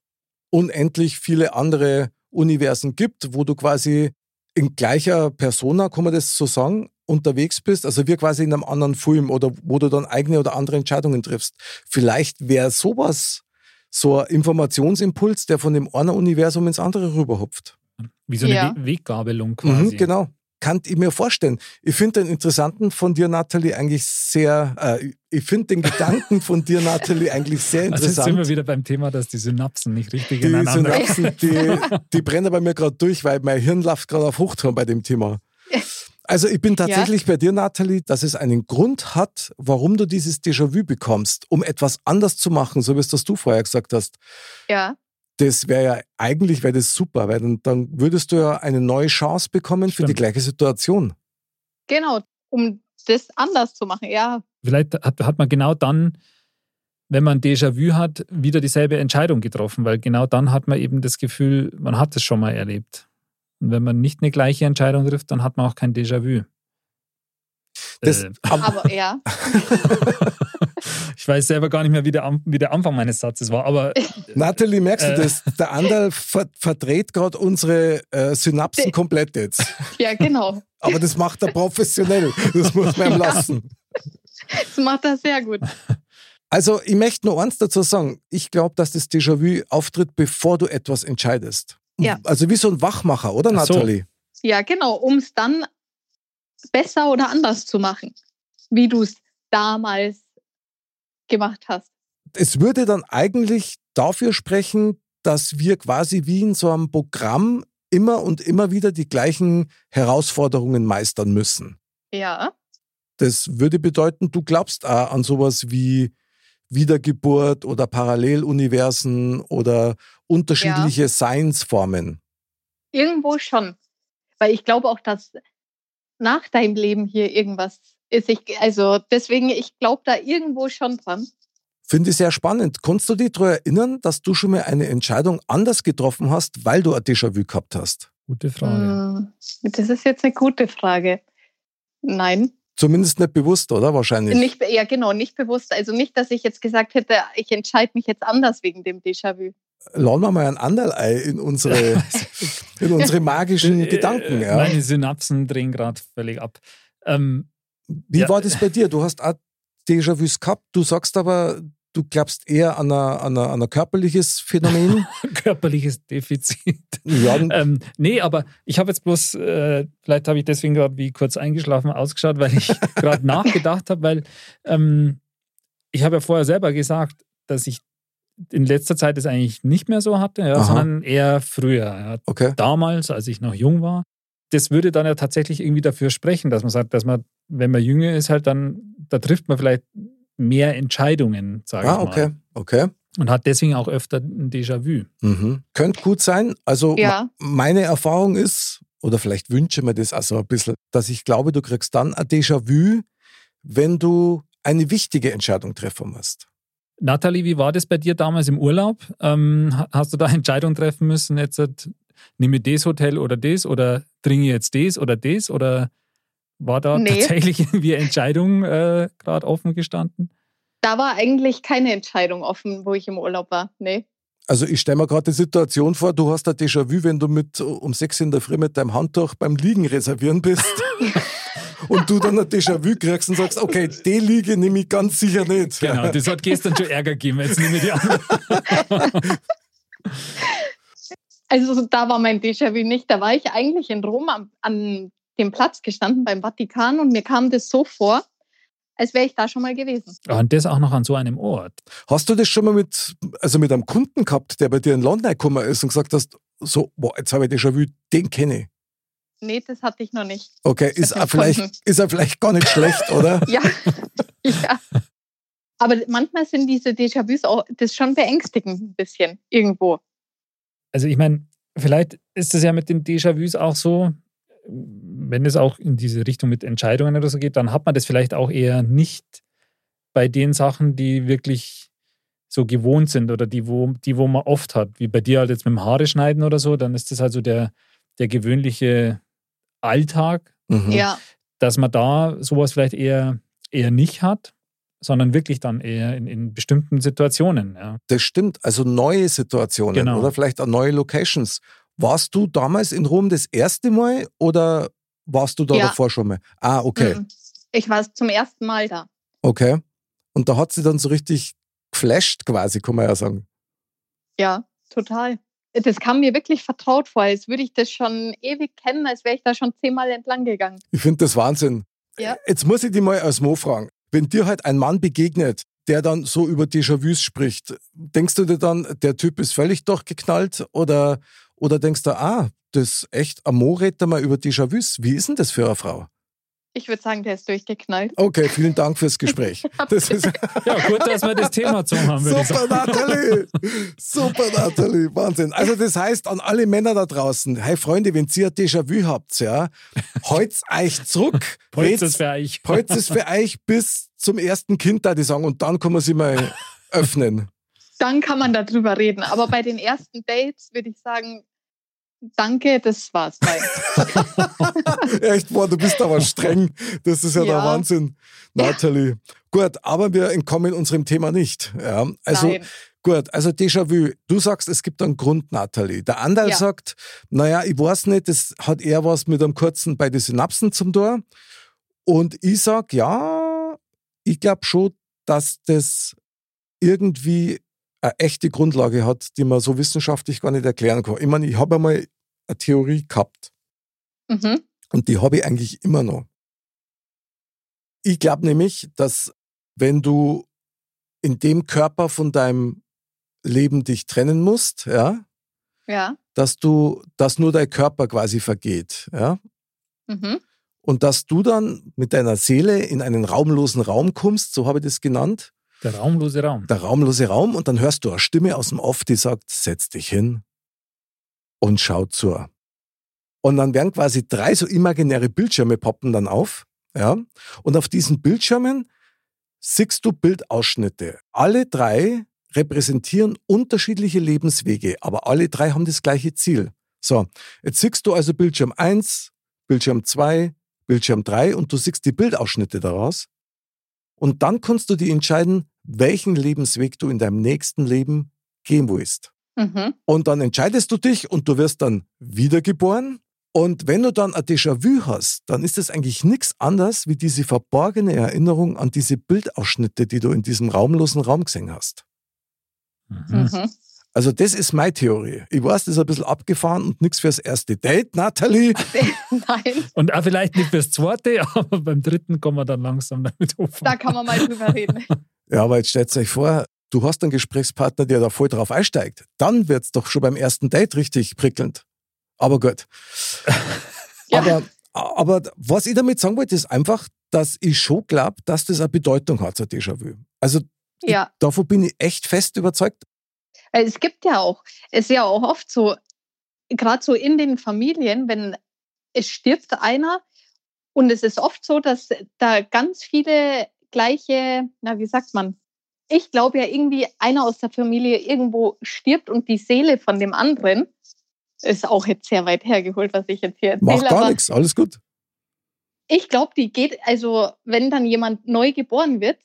[SPEAKER 1] unendlich viele andere Universen gibt, wo du quasi in gleicher Persona, kann man das so sagen, unterwegs bist. Also wir quasi in einem anderen Film oder wo du dann eigene oder andere Entscheidungen triffst. Vielleicht wäre sowas so ein Informationsimpuls, der von dem einen Universum ins andere rüberhupft.
[SPEAKER 2] Wie so eine
[SPEAKER 4] Ja.
[SPEAKER 2] We Weggabelung quasi.
[SPEAKER 1] Mhm, genau. Kann ich mir vorstellen. Ich finde den interessanten von dir, Nathalie, eigentlich sehr, äh, ich finde den Gedanken von dir, Nathalie, eigentlich sehr
[SPEAKER 2] Also jetzt sind
[SPEAKER 1] interessant.
[SPEAKER 2] wir wieder beim Thema, dass die Synapsen nicht richtig
[SPEAKER 1] die
[SPEAKER 2] ineinander
[SPEAKER 1] Synapsen, die, die brennen bei mir gerade durch, weil mein Hirn läuft gerade auf Hochtouren bei dem Thema. Also ich bin tatsächlich bei dir, Nathalie, dass es einen Grund hat, warum du dieses Déjà-vu bekommst, um etwas anders zu machen, so wie es das du vorher gesagt hast.
[SPEAKER 4] Ja,
[SPEAKER 1] Das wäre ja, eigentlich wäre das super, weil dann, dann würdest du ja eine neue Chance bekommen für die
[SPEAKER 2] Stimmt.
[SPEAKER 1] gleiche Situation.
[SPEAKER 4] Genau, um das anders zu machen. Ja,
[SPEAKER 2] Vielleicht hat, hat man genau dann, wenn man Déjà-vu hat, wieder dieselbe Entscheidung getroffen, weil genau dann hat man eben das Gefühl, man hat es schon mal erlebt. Und wenn man nicht eine gleiche Entscheidung trifft, dann hat man auch kein Déjà-vu.
[SPEAKER 1] Das-
[SPEAKER 2] äh,
[SPEAKER 4] aber ja,
[SPEAKER 2] ich weiß selber gar nicht mehr, wie der, Am- wie der Anfang meines Satzes war, aber
[SPEAKER 1] Natalie, merkst du
[SPEAKER 2] Äh.
[SPEAKER 1] das? Der andere ver verdreht gerade unsere äh, Synapsen
[SPEAKER 4] Die-
[SPEAKER 1] komplett jetzt.
[SPEAKER 4] ja, genau.
[SPEAKER 1] Aber das macht er professionell. Das muss man ihm lassen.
[SPEAKER 4] Das macht er sehr gut.
[SPEAKER 1] Also, ich möchte nur eins dazu sagen. Ich glaube, dass das Déjà-vu auftritt, bevor du etwas entscheidest.
[SPEAKER 4] Ja.
[SPEAKER 1] Also wie so ein Wachmacher, oder
[SPEAKER 2] Ach so.
[SPEAKER 1] Natalie?
[SPEAKER 4] Ja, genau, um es dann besser oder anders zu machen, wie du es damals gemacht hast.
[SPEAKER 1] es würde dann eigentlich dafür sprechen, dass wir quasi wie in so einem Programm immer und immer wieder die gleichen Herausforderungen meistern müssen.
[SPEAKER 4] Ja,
[SPEAKER 1] Das würde bedeuten, du glaubst auch an sowas wie Wiedergeburt oder Paralleluniversen oder unterschiedliche Seinsformen.
[SPEAKER 4] irgendwo schon. Weil ich glaube auch, dass nach deinem Leben hier irgendwas ist. Ich, also deswegen, ich glaube da irgendwo schon dran.
[SPEAKER 1] Finde ich sehr spannend. Kannst du dich daran erinnern, dass du schon mal eine Entscheidung anders getroffen hast, weil du ein Déjà-vu gehabt hast?
[SPEAKER 2] gute Frage.
[SPEAKER 4] Hm, Das ist jetzt eine gute Frage. Nein.
[SPEAKER 1] Zumindest nicht bewusst, oder? Wahrscheinlich.
[SPEAKER 4] Nicht, ja, genau, nicht bewusst. Also nicht, dass ich jetzt gesagt hätte, ich entscheide mich jetzt anders wegen dem Déjà-vu.
[SPEAKER 1] lauen wir mal ein Anderlei in unsere, in unsere magischen
[SPEAKER 2] Äh,
[SPEAKER 1] Gedanken. Ja.
[SPEAKER 2] Meine Synapsen drehen gerade völlig ab. Ähm,
[SPEAKER 1] Wie
[SPEAKER 2] ja.
[SPEAKER 1] war das bei dir? Du hast auch Déjà-vus gehabt, du sagst aber, du glaubst eher an ein, an ein, an ein körperliches Phänomen.
[SPEAKER 2] körperliches Defizit.
[SPEAKER 1] ja,
[SPEAKER 2] Ähm, nee, aber ich habe jetzt bloß, äh, vielleicht habe ich deswegen gerade wie kurz eingeschlafen ausgeschaut, weil ich gerade nachgedacht habe, weil ähm, ich habe ja vorher selber gesagt, dass ich in letzter Zeit es eigentlich nicht mehr so hatte, ja,
[SPEAKER 1] Aha.
[SPEAKER 2] sondern eher früher. Ja.
[SPEAKER 1] okay.
[SPEAKER 2] Damals, als ich noch jung war, das würde dann ja tatsächlich irgendwie dafür sprechen, dass man sagt, dass man, wenn man jünger ist, halt dann, da trifft man vielleicht mehr Entscheidungen, sage
[SPEAKER 1] Ah,
[SPEAKER 2] ich mal.
[SPEAKER 1] okay. Okay.
[SPEAKER 2] Und hat deswegen auch öfter ein Déjà-vu.
[SPEAKER 1] Mhm. Könnte gut sein. Also
[SPEAKER 4] Ja.
[SPEAKER 1] me- meine Erfahrung ist, oder vielleicht wünsche mir das auch so ein bisschen, dass ich glaube, du kriegst dann ein Déjà-vu, wenn du eine wichtige Entscheidung treffen musst.
[SPEAKER 2] Nathalie, wie war das bei dir damals im Urlaub? Ähm, ha- hast du da Entscheidungen treffen müssen? Jetzt äh, nehme ich das Hotel oder das oder dringe ich jetzt das oder das? Oder war da
[SPEAKER 4] Nee.
[SPEAKER 2] tatsächlich irgendwie eine Entscheidung äh, gerade offen gestanden?
[SPEAKER 4] Da war eigentlich keine Entscheidung offen, wo ich im Urlaub war. ne. Nee.
[SPEAKER 1] Also ich stelle mir gerade die Situation vor, du hast ein Déjà-vu, wenn du mit um sechs in der Früh mit deinem Handtuch beim Liegen reservieren bist und du dann ein Déjà-vu kriegst und sagst, okay, die Liege nehme ich ganz sicher nicht.
[SPEAKER 2] Genau, das hat gestern schon Ärger gegeben. Jetzt nehme ich die andere.
[SPEAKER 4] Also so- da war mein Déjà-vu nicht. Da war ich eigentlich in Rom am, an dem Platz gestanden beim Vatikan und mir kam das so vor, als wäre ich da schon mal gewesen.
[SPEAKER 2] Ja, Und das auch noch an so einem Ort.
[SPEAKER 1] Hast du das schon mal mit, also mit einem Kunden gehabt, der bei dir in London gekommen ist und gesagt hast, so, boah, jetzt habe ich Déjà-vu, den kenne ich.
[SPEAKER 4] Nee, Ne, das hatte ich noch nicht.
[SPEAKER 1] Okay, ist er, vielleicht, ist er vielleicht gar nicht schlecht, oder?
[SPEAKER 4] Ja. ja. Aber manchmal sind diese Déjà-vus auch das schon beängstigend ein bisschen irgendwo.
[SPEAKER 2] Also ich meine, vielleicht ist es ja mit den Déjà-vus auch so, wenn es auch in diese Richtung mit Entscheidungen oder so geht, dann hat man das vielleicht auch eher nicht bei den Sachen, die wirklich so gewohnt sind oder die, wo, die, wo man oft hat. Wie bei dir halt jetzt mit dem Haare schneiden oder so, dann ist das also der, der gewöhnliche Alltag,
[SPEAKER 1] Mhm.
[SPEAKER 4] Ja.
[SPEAKER 2] dass man da sowas vielleicht eher, eher nicht hat, sondern wirklich dann eher in, in bestimmten Situationen. Ja.
[SPEAKER 1] Das stimmt. Also neue Situationen
[SPEAKER 2] Genau.
[SPEAKER 1] oder vielleicht auch neue Locations. Warst du damals in Rom das erste Mal oder warst du da
[SPEAKER 4] Ja.
[SPEAKER 1] davor schon mal? Ah, okay.
[SPEAKER 4] Mhm. Ich war zum ersten Mal da.
[SPEAKER 1] Okay. Und da hat sie dann so richtig geflasht quasi, kann man ja sagen.
[SPEAKER 4] Ja, total. Das kam mir wirklich vertraut vor, als würde ich das schon ewig kennen, als wäre ich da schon zehnmal entlang gegangen.
[SPEAKER 1] Ich finde das Wahnsinn.
[SPEAKER 4] Ja.
[SPEAKER 1] Jetzt muss ich dich mal als Mo fragen. Wenn dir halt ein Mann begegnet, der dann so über Déjà-vus spricht, denkst du dir dann, der Typ ist völlig durchgeknallt oder, oder denkst du, ah, das ist echt, ein Mo redet da mal über Déjà-vus. Wie ist denn das für eine Frau?
[SPEAKER 4] Ich würde sagen, der ist durchgeknallt.
[SPEAKER 1] Okay, vielen Dank fürs Gespräch. Das ist
[SPEAKER 2] Ja, gut, dass wir das Thema zum haben, würde ich sagen.
[SPEAKER 1] super, Nathalie. Super, Nathalie. Wahnsinn. Also das heißt, an alle Männer da draußen, hey Freunde, wenn ihr ein Déjà-vu habt, ja, holt's euch zurück. Red's-
[SPEAKER 2] Holz ist für euch.
[SPEAKER 1] Heute ist für euch bis zum ersten Kind, da die sagen, und dann kann man sie mal öffnen.
[SPEAKER 4] Dann kann man darüber reden. Aber bei den ersten Dates würde ich sagen, danke, das war's. Bye.
[SPEAKER 1] Echt, boah, du bist aber streng. Das ist ja, der
[SPEAKER 4] Ja.
[SPEAKER 1] Wahnsinn, Natalie. Gut, aber wir entkommen unserem Thema nicht. Ja, also
[SPEAKER 4] Nein.
[SPEAKER 1] gut, also Déjà-vu. Du sagst, es gibt einen Grund, Natalie. Der andere
[SPEAKER 4] Ja.
[SPEAKER 1] sagt, naja, ich weiß nicht, das hat eher was mit einem kurzen bei den Synapsen zum Tor. Und ich sag, ja, ich glaube schon, dass das irgendwie eine echte Grundlage hat, die man so wissenschaftlich gar nicht erklären kann. Ich meine, ich habe einmal eine Theorie gehabt
[SPEAKER 4] Mhm.
[SPEAKER 1] und die habe ich eigentlich immer noch. Ich glaube nämlich, dass wenn du in dem Körper von deinem Leben dich trennen musst, ja,
[SPEAKER 4] Ja.
[SPEAKER 1] dass du, dass nur dein Körper quasi vergeht, ja,
[SPEAKER 4] Mhm.
[SPEAKER 1] und dass du dann mit deiner Seele in einen raumlosen Raum kommst, so habe ich das genannt,
[SPEAKER 2] Der raumlose Raum.
[SPEAKER 1] der raumlose Raum, und dann hörst du eine Stimme aus dem Off, die sagt, setz dich hin und schau zu. Und dann werden quasi drei so imaginäre Bildschirme poppen dann auf, ja, und auf diesen Bildschirmen siehst du Bildausschnitte. Alle drei repräsentieren unterschiedliche Lebenswege, aber alle drei haben das gleiche Ziel. So, jetzt siehst du also Bildschirm 1, Bildschirm 2, Bildschirm 3 und du siehst die Bildausschnitte daraus. Und dann kannst du dir entscheiden, welchen Lebensweg du in deinem nächsten Leben gehen willst.
[SPEAKER 4] Mhm.
[SPEAKER 1] Und dann entscheidest du dich und du wirst dann wiedergeboren. Und wenn du dann ein Déjà-vu hast, dann ist es eigentlich nichts anderes wie diese verborgene Erinnerung an diese Bildausschnitte, die du in diesem raumlosen Raum gesehen hast.
[SPEAKER 2] Mhm.
[SPEAKER 4] Mhm.
[SPEAKER 1] Also das ist meine Theorie. Ich weiß, das ist ein bisschen abgefahren und nichts fürs erste Date, Nathalie.
[SPEAKER 4] Nein,
[SPEAKER 2] Und auch vielleicht nicht fürs zweite, aber beim dritten kommen wir dann langsam damit auf.
[SPEAKER 4] da kann man mal drüber reden.
[SPEAKER 1] Ja, aber jetzt stellt euch vor, du hast einen Gesprächspartner, der da voll drauf einsteigt. Dann wird's doch schon beim ersten Date richtig prickelnd. Aber gut.
[SPEAKER 4] Ja.
[SPEAKER 1] Aber, aber was ich damit sagen wollte, ist einfach, dass ich schon glaube, dass das eine Bedeutung hat, so ein Déjà-vu. Also
[SPEAKER 4] Ja.
[SPEAKER 1] davon bin ich echt fest überzeugt.
[SPEAKER 4] Also Es gibt ja auch, es ist ja auch oft so, gerade so in den Familien, wenn es stirbt einer und es ist oft so, dass da ganz viele gleiche, na wie sagt man, ich glaube ja irgendwie, einer aus der Familie irgendwo stirbt und die Seele von dem anderen ist auch jetzt sehr weit hergeholt, was ich jetzt hier erzähle.
[SPEAKER 1] Macht gar
[SPEAKER 4] aber
[SPEAKER 1] nichts, alles gut.
[SPEAKER 4] ich glaube, die geht, also wenn dann jemand neu geboren wird,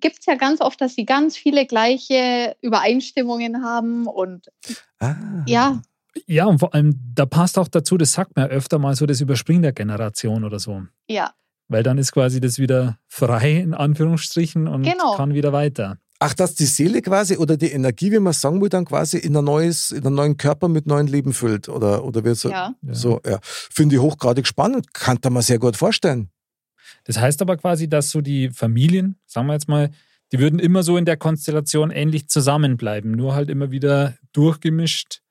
[SPEAKER 4] gibt es ja ganz oft, dass sie ganz viele gleiche Übereinstimmungen haben und
[SPEAKER 1] Ah.
[SPEAKER 4] ja,
[SPEAKER 2] Ja, und vor allem, da passt auch dazu, das sagt man ja öfter mal so, das Überspringen der Generation oder so.
[SPEAKER 4] ja.
[SPEAKER 2] Weil dann ist quasi das wieder frei, in Anführungsstrichen, und
[SPEAKER 4] Genau.
[SPEAKER 2] kann wieder weiter.
[SPEAKER 1] Ach, dass die Seele quasi oder die Energie, wie man sagen will, dann quasi in ein neues, in einen neuen Körper mit neuem Leben füllt. Oder, oder wie so.
[SPEAKER 4] Ja.
[SPEAKER 2] Ja.
[SPEAKER 1] So, ja. Finde ich hochgradig spannend. Kann da man sehr gut vorstellen.
[SPEAKER 2] Das heißt aber quasi, dass so die Familien, sagen wir jetzt mal, die würden immer so in der Konstellation ähnlich zusammenbleiben, nur halt immer wieder durchgemischt.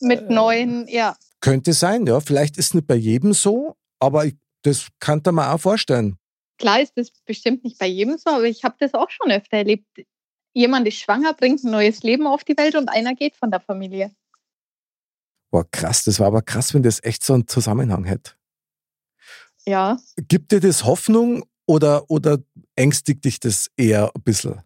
[SPEAKER 1] äh,
[SPEAKER 4] Mit neuen, ja.
[SPEAKER 1] Könnte sein, ja. Vielleicht ist nicht bei jedem so, aber ich, das kann da man auch vorstellen.
[SPEAKER 4] Klar ist das bestimmt nicht bei jedem so, aber ich habe das auch schon öfter erlebt. Jemand ist schwanger, bringt ein neues Leben auf die Welt und einer geht von der Familie.
[SPEAKER 1] Boah, krass. Das war aber krass, wenn das echt so einen Zusammenhang hätte.
[SPEAKER 4] Ja.
[SPEAKER 1] Gibt dir das Hoffnung oder, oder ängstigt dich das eher ein bisschen?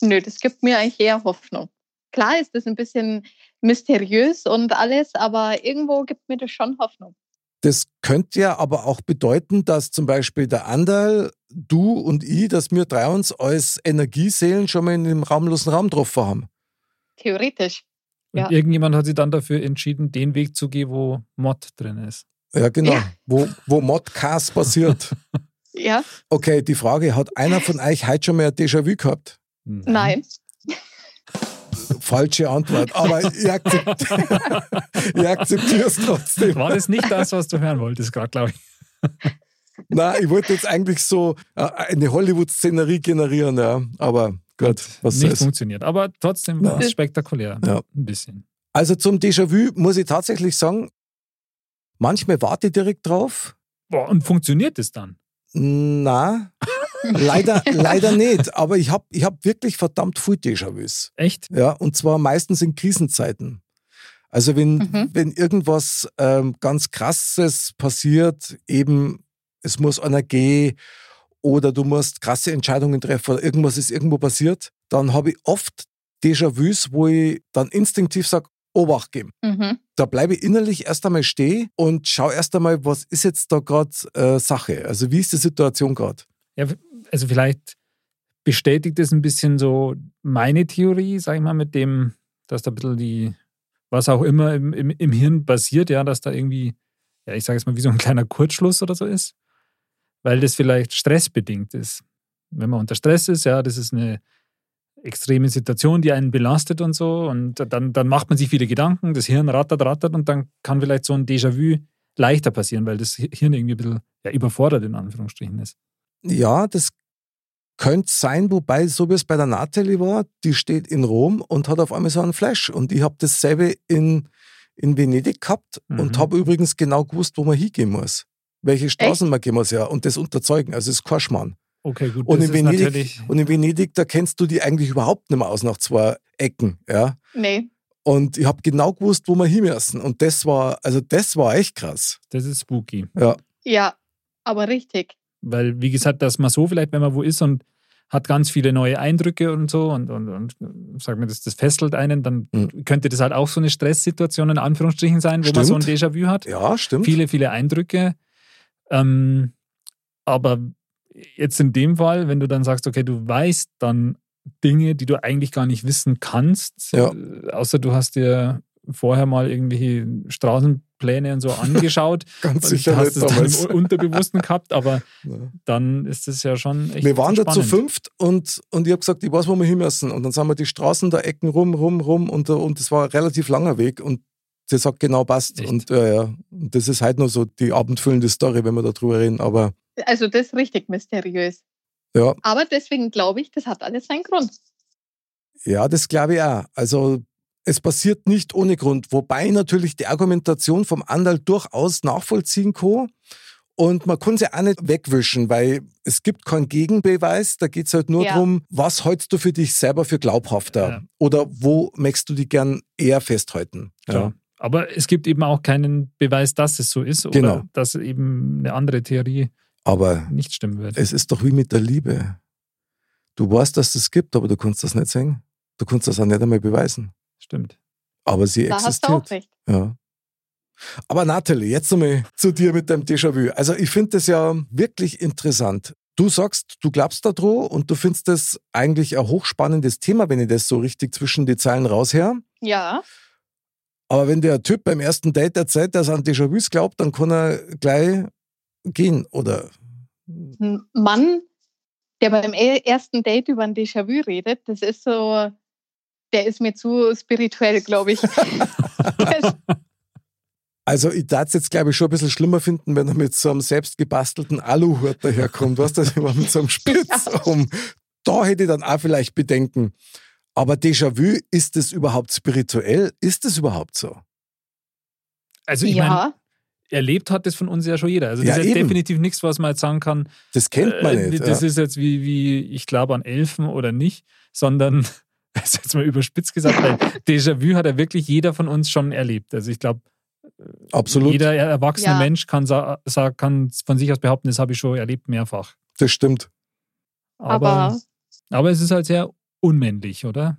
[SPEAKER 4] Nö, das gibt mir eigentlich eher Hoffnung. Klar ist das ein bisschen mysteriös und alles, aber irgendwo gibt mir das schon Hoffnung.
[SPEAKER 1] Das könnte ja aber auch bedeuten, dass zum Beispiel der Anderl, du und ich, dass wir drei uns als Energieseelen schon mal in dem raumlosen Raum getroffen haben.
[SPEAKER 4] Theoretisch.
[SPEAKER 2] Und
[SPEAKER 4] Ja.
[SPEAKER 2] irgendjemand hat sich dann dafür entschieden, den Weg zu gehen, wo Mod drin ist.
[SPEAKER 1] Ja, genau.
[SPEAKER 4] Ja.
[SPEAKER 1] Wo, wo Modcast passiert.
[SPEAKER 4] Ja,
[SPEAKER 1] Mhm. Okay, die Frage, hat einer von euch heute schon mal ein Déjà-vu gehabt?
[SPEAKER 4] nein.
[SPEAKER 1] Falsche Antwort, aber ich, akzept, ich akzeptiere es trotzdem.
[SPEAKER 2] War das nicht das, was du hören wolltest, gerade, glaube ich.
[SPEAKER 1] Nein, ich wollte jetzt eigentlich so äh, eine Hollywood-Szenerie generieren, ja. aber gut, was
[SPEAKER 2] nicht
[SPEAKER 1] soll's.
[SPEAKER 2] funktioniert. Aber trotzdem war
[SPEAKER 1] Ja.
[SPEAKER 2] es spektakulär.
[SPEAKER 1] Ja.
[SPEAKER 2] Ein bisschen.
[SPEAKER 1] Also zum Déjà-vu muss ich tatsächlich sagen, manchmal warte ich direkt drauf.
[SPEAKER 2] Boah, und funktioniert es dann?
[SPEAKER 1] Na, leider, leider nicht. Aber ich habe ich hab wirklich verdammt viel Déjà-vus.
[SPEAKER 2] Echt?
[SPEAKER 1] Ja, und zwar meistens in Krisenzeiten. Also wenn,
[SPEAKER 4] Mhm.
[SPEAKER 1] wenn irgendwas ähm, ganz Krasses passiert, eben es muss einer gehen oder du musst krasse Entscheidungen treffen oder irgendwas ist irgendwo passiert, dann habe ich oft Déjà-vus, wo ich dann instinktiv sage, Obacht geben.
[SPEAKER 4] Mhm.
[SPEAKER 1] Da bleibe ich innerlich erst einmal stehen und schaue erst einmal, was ist jetzt da gerade äh, Sache? Also wie ist die Situation gerade?
[SPEAKER 2] Also vielleicht bestätigt es ein bisschen so meine Theorie, sag ich mal, mit dem, dass da ein bisschen die, was auch immer im, im, im Hirn passiert, ja, dass da irgendwie, ja, ich sage jetzt mal, wie so ein kleiner Kurzschluss oder so ist, weil das vielleicht stressbedingt ist. Wenn man unter Stress ist, ja, das ist eine extreme Situation, die einen belastet und so und dann, dann macht man sich viele Gedanken, das Hirn rattert, rattert und dann kann vielleicht so ein Déjà-vu leichter passieren, weil das Hirn irgendwie ein bisschen ja, überfordert in Anführungsstrichen ist.
[SPEAKER 1] Ja, das könnte sein, wobei, so wie es bei der Natalie war, die steht in Rom und hat auf einmal so einen Flash. Und ich habe dasselbe in, in Venedig gehabt und
[SPEAKER 2] Mhm.
[SPEAKER 1] habe übrigens genau gewusst, wo man hingehen muss. Welche Straßen man gehen muss, ja. Und das unterzeugen. Also, es ist kein Schmarrn.
[SPEAKER 2] Okay, gut.
[SPEAKER 1] Und in,
[SPEAKER 2] das ist
[SPEAKER 1] Venedig,
[SPEAKER 2] natürlich.
[SPEAKER 1] und in Venedig, da kennst du die eigentlich überhaupt nicht mehr aus nach zwei Ecken, ja.
[SPEAKER 4] Nee.
[SPEAKER 1] Und ich habe genau gewusst, wo wir hin müssen. Und das war, also, das war echt krass.
[SPEAKER 2] Das ist spooky.
[SPEAKER 4] Ja, aber richtig.
[SPEAKER 2] Weil, wie gesagt, dass man so vielleicht, wenn man wo ist und hat ganz viele neue Eindrücke und so und, und, und sag mal, das, das fesselt einen, dann
[SPEAKER 1] Mhm.
[SPEAKER 2] könnte das halt auch so eine Stresssituation in Anführungsstrichen sein, wo man so ein
[SPEAKER 1] Stimmt.
[SPEAKER 2] Déjà-vu hat.
[SPEAKER 1] Ja, stimmt.
[SPEAKER 2] Viele, viele Eindrücke. Ähm, aber jetzt in dem Fall, wenn du dann sagst, okay, du weißt dann Dinge, die du eigentlich gar nicht wissen kannst,
[SPEAKER 1] Ja.
[SPEAKER 2] äh, außer du hast dir vorher mal irgendwelche Straßenpläne und so angeschaut,
[SPEAKER 1] Ganz
[SPEAKER 2] Und
[SPEAKER 1] sicher
[SPEAKER 2] du hast
[SPEAKER 1] nicht
[SPEAKER 2] es dann
[SPEAKER 1] damals.
[SPEAKER 2] im Unterbewussten gehabt, aber
[SPEAKER 1] Ja.
[SPEAKER 2] dann ist es ja schon echt
[SPEAKER 1] wir waren da zu
[SPEAKER 2] spannend.
[SPEAKER 1] fünft und, und ich habe gesagt, ich weiß, wo wir hin müssen. Und dann sind wir die Straßen da Ecken rum, rum, rum und, und das war ein relativ langer Weg und das hat genau passt.
[SPEAKER 2] Echt?
[SPEAKER 1] Und äh, ja, und das ist halt nur so die abendfüllende Story, wenn wir da drüber reden. Aber
[SPEAKER 4] Also das ist richtig mysteriös.
[SPEAKER 1] ja,
[SPEAKER 4] Aber deswegen glaube ich, das hat alles seinen Grund.
[SPEAKER 1] ja, das glaube ich auch. Also es passiert nicht ohne Grund, wobei natürlich die Argumentation vom Andal durchaus nachvollziehen kann. Und man kann sie auch nicht wegwischen, weil es gibt keinen Gegenbeweis. Da geht es halt nur
[SPEAKER 4] Ja.
[SPEAKER 1] darum, was hältst du für dich selber für glaubhafter?
[SPEAKER 2] Ja.
[SPEAKER 1] Oder wo möchtest du die gern eher festhalten?
[SPEAKER 2] Ja. Aber es gibt eben auch keinen Beweis, dass es so ist
[SPEAKER 1] Genau.
[SPEAKER 2] oder dass eben eine andere Theorie
[SPEAKER 1] Aber
[SPEAKER 2] nicht stimmen würde.
[SPEAKER 1] es ist doch wie mit der Liebe. Du weißt, dass es das gibt, aber du kannst das nicht sehen. Du kannst das auch nicht einmal beweisen.
[SPEAKER 2] Stimmt.
[SPEAKER 1] Aber sie
[SPEAKER 4] Da hast du
[SPEAKER 1] existiert.
[SPEAKER 4] auch recht.
[SPEAKER 1] Ja. Aber Nathalie, jetzt nochmal zu dir mit deinem Déjà-vu. Also ich finde das ja wirklich interessant. Du sagst, du glaubst da dran und du findest das eigentlich ein hochspannendes Thema, wenn ich das so richtig zwischen die Zeilen raushöre.
[SPEAKER 4] Ja,
[SPEAKER 1] Aber wenn der Typ beim ersten Date erzählt, dass er an Déjà-vus glaubt, dann kann er gleich gehen, oder?
[SPEAKER 4] ein Mann, der beim e- ersten Date über ein Déjà-vu redet, das ist so, der ist mir zu spirituell, glaube ich. Das-
[SPEAKER 1] Also ich darf es jetzt, glaube ich, schon ein bisschen schlimmer finden, wenn er mit so einem selbstgebastelten Aluhut daherkommt. Weißt du, immer mit so einem Spitz um. Da hätte ich dann auch vielleicht Bedenken. Aber Déjà-vu, ist es überhaupt spirituell? Ist es überhaupt so?
[SPEAKER 2] Also ich meine,
[SPEAKER 4] ja,
[SPEAKER 2] erlebt hat das von uns ja schon jeder. Also
[SPEAKER 1] Ja,
[SPEAKER 2] das ist jetzt
[SPEAKER 1] eben.
[SPEAKER 2] definitiv nichts, was man jetzt sagen kann,
[SPEAKER 1] Das kennt man
[SPEAKER 2] äh,
[SPEAKER 1] nicht.
[SPEAKER 2] das
[SPEAKER 1] ja.
[SPEAKER 2] ist jetzt wie, wie ich glaube an Elfen oder nicht, sondern das ist jetzt mal überspitzt gesagt, weil Déjà-vu hat ja wirklich jeder von uns schon erlebt. Also ich glaube,
[SPEAKER 1] Absolut,
[SPEAKER 2] Jeder er- erwachsene
[SPEAKER 4] Ja.
[SPEAKER 2] Mensch kann, sa sa kann von sich aus behaupten, das habe ich schon erlebt mehrfach.
[SPEAKER 1] das stimmt.
[SPEAKER 2] Aber,
[SPEAKER 4] aber
[SPEAKER 2] aber, es ist halt sehr unmännlich, oder?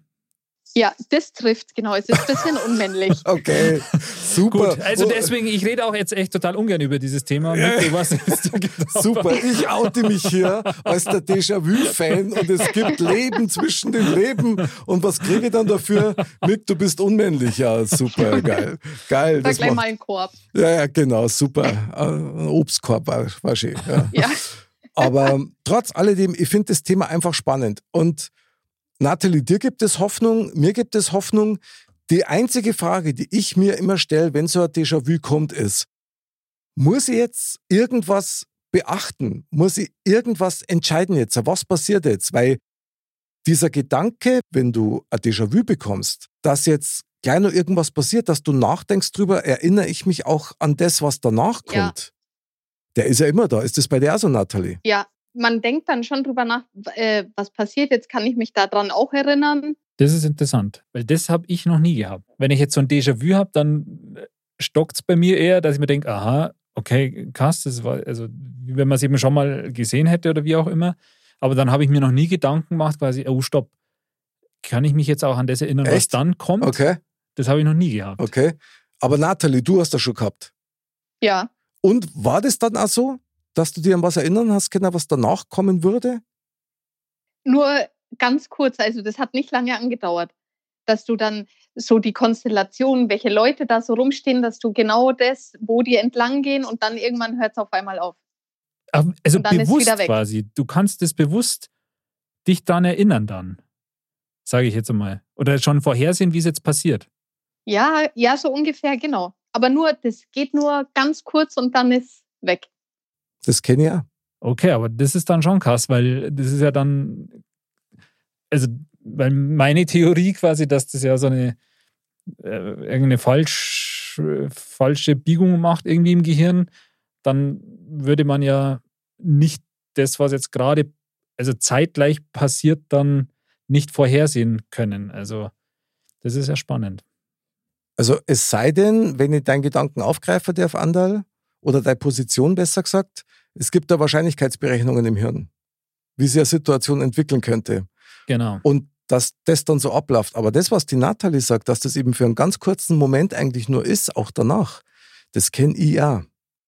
[SPEAKER 4] ja, das trifft, genau. Es ist ein bisschen unmännlich.
[SPEAKER 1] Okay, super.
[SPEAKER 2] Gut, also
[SPEAKER 1] Oh,
[SPEAKER 2] deswegen, ich rede auch jetzt echt total ungern über dieses Thema.
[SPEAKER 1] Ja.
[SPEAKER 2] Nico, was ist da genau?
[SPEAKER 1] Super, ich oute mich hier als der Déjà-vu-Fan und es gibt Leben zwischen den Leben. Und was kriege ich dann dafür? Mick, du bist unmännlich. Ja, super, geil. Geil,
[SPEAKER 4] Da
[SPEAKER 1] das
[SPEAKER 4] gleich
[SPEAKER 1] macht
[SPEAKER 4] mal einen Korb.
[SPEAKER 1] Ja, ja, genau, super. Ein Obstkorb war, war schön. Ja.
[SPEAKER 4] Ja.
[SPEAKER 1] Aber trotz alledem, ich finde das Thema einfach spannend. Und Nathalie, dir gibt es Hoffnung, mir gibt es Hoffnung. Die einzige Frage, die ich mir immer stelle, wenn so ein Déjà-vu kommt, ist, muss ich jetzt irgendwas beachten? Muss ich irgendwas entscheiden jetzt? Was passiert jetzt? Weil dieser Gedanke, wenn du ein Déjà-vu bekommst, dass jetzt gleich noch irgendwas passiert, dass du nachdenkst drüber, erinnere ich mich auch an das, was danach
[SPEAKER 4] Ja.
[SPEAKER 1] kommt. Der ist ja immer da. Ist das bei dir auch so, Nathalie?
[SPEAKER 4] Ja, man denkt dann schon drüber nach, äh, was passiert jetzt, kann ich mich daran auch erinnern.
[SPEAKER 2] Das ist interessant, weil das habe ich noch nie gehabt. Wenn ich jetzt so ein Déjà-vu habe, dann stockt es bei mir eher, dass ich mir denke, aha, okay, krass, das war, also wie wenn man es eben schon mal gesehen hätte oder wie auch immer. Aber dann habe ich mir noch nie Gedanken gemacht, quasi, oh, stopp, kann ich mich jetzt auch an das erinnern, was
[SPEAKER 1] Echt?
[SPEAKER 2] dann kommt?
[SPEAKER 1] Okay,
[SPEAKER 2] Das habe ich noch nie gehabt.
[SPEAKER 1] okay. Aber Nathalie, du hast das schon gehabt.
[SPEAKER 4] Ja,
[SPEAKER 1] Und war das dann auch so, dass du dir an was erinnern hast können, was danach kommen würde?
[SPEAKER 4] nur ganz kurz, also das hat nicht lange angedauert, dass du dann so die Konstellation, welche Leute da so rumstehen, dass du genau das, wo die entlang gehen und dann irgendwann hört es auf einmal auf.
[SPEAKER 2] Aber- Also
[SPEAKER 4] Und dann ist
[SPEAKER 2] bewusst
[SPEAKER 4] wieder weg.
[SPEAKER 2] quasi. Du kannst das bewusst dich dann erinnern dann, sage ich jetzt einmal. Oder schon vorhersehen, wie es jetzt passiert.
[SPEAKER 4] Ja, ja, so ungefähr, genau. Aber nur, das geht nur ganz kurz und dann ist weg.
[SPEAKER 1] Das kenne ich auch.
[SPEAKER 2] Okay, aber das ist dann schon krass, weil das ist ja dann, also weil meine Theorie quasi, dass das ja so eine äh, irgendeine falsch, äh, falsche Biegung macht irgendwie im Gehirn, dann würde man ja nicht das, was jetzt gerade, also zeitgleich passiert, dann nicht vorhersehen können. Also das ist ja spannend.
[SPEAKER 1] Also es sei denn, wenn ich deinen Gedanken aufgreife, der auf Andal, oder deine Position besser gesagt, es gibt da Wahrscheinlichkeitsberechnungen im Hirn, wie sich eine Situation entwickeln könnte.
[SPEAKER 2] Genau.
[SPEAKER 1] Und dass das dann so abläuft. Aber das, was die Nathalie sagt, dass das eben für einen ganz kurzen Moment eigentlich nur ist, auch danach, das kenne ich auch.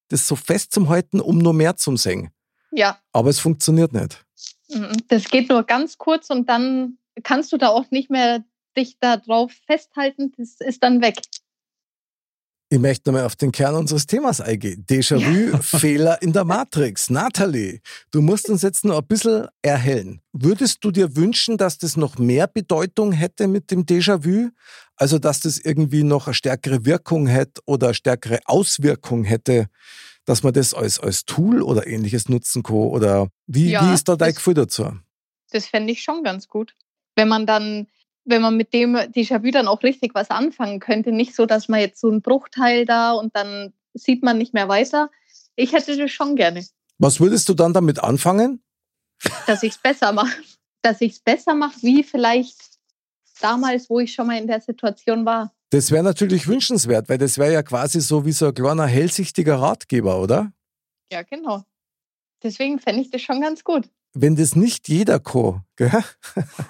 [SPEAKER 1] Das so fest zum Halten, um nur mehr zum Singen.
[SPEAKER 4] Ja,
[SPEAKER 1] Aber es funktioniert nicht.
[SPEAKER 4] mhm. das geht nur ganz kurz und dann kannst du da auch nicht mehr dich darauf festhalten, das ist dann weg.
[SPEAKER 1] Ich möchte nochmal auf den Kern unseres Themas eingehen. Déjà-vu, Fehler in der Matrix. Nathalie, du musst uns jetzt noch ein bisschen erhellen. Würdest du dir wünschen, dass das noch mehr Bedeutung hätte mit dem Déjà-vu? Also, dass das irgendwie noch eine stärkere Wirkung hätte oder eine stärkere Auswirkung hätte, dass man das als, als Tool oder ähnliches nutzen kann? Oder wie,
[SPEAKER 4] Ja,
[SPEAKER 1] wie ist da dein
[SPEAKER 4] das-
[SPEAKER 1] Gefühl dazu?
[SPEAKER 4] Das fände ich schon ganz gut. Wenn man dann, wenn man mit dem Déjà-vu dann auch richtig was anfangen könnte, nicht so, dass man jetzt so einen Bruchteil da und dann sieht man nicht mehr weiter. Ich hätte das schon gerne.
[SPEAKER 1] Was würdest du dann damit anfangen?
[SPEAKER 4] dass ich es besser mache. Dass ich es besser mache, wie vielleicht damals, wo ich schon mal in der Situation war.
[SPEAKER 1] Das wäre natürlich wünschenswert, weil das wäre ja quasi so wie so ein kleiner hellsichtiger Ratgeber, oder?
[SPEAKER 4] Ja, genau. Deswegen fände ich das schon ganz gut.
[SPEAKER 1] wenn das nicht jeder kann, gell,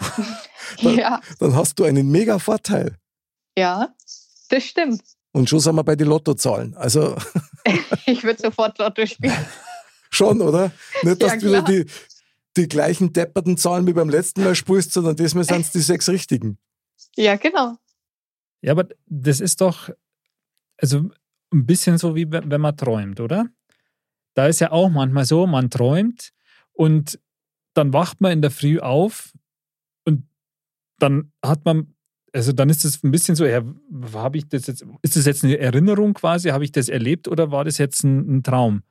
[SPEAKER 1] Ja.
[SPEAKER 4] Ja,
[SPEAKER 1] dann hast du einen mega Vorteil.
[SPEAKER 4] ja, das stimmt.
[SPEAKER 1] Und schon sind wir bei den Lottozahlen. Also
[SPEAKER 4] Ich würde sofort Lotto spielen.
[SPEAKER 1] schon, oder? Nicht, dass
[SPEAKER 4] Ja,
[SPEAKER 1] du wieder
[SPEAKER 4] klar.
[SPEAKER 1] die, die gleichen depperten Zahlen wie beim letzten Mal spulst, sondern diesmal sind es die sechs richtigen.
[SPEAKER 4] Ja, genau.
[SPEAKER 2] Ja, aber das ist doch also ein bisschen so wie wenn wenn man träumt, oder? Da ist ja auch manchmal so, man träumt und dann wacht man in der Früh auf und dann hat man also dann ist es ein bisschen so, ja, habe ich das jetzt ist das jetzt eine Erinnerung quasi, habe ich das erlebt oder war das jetzt ein, ein Traum?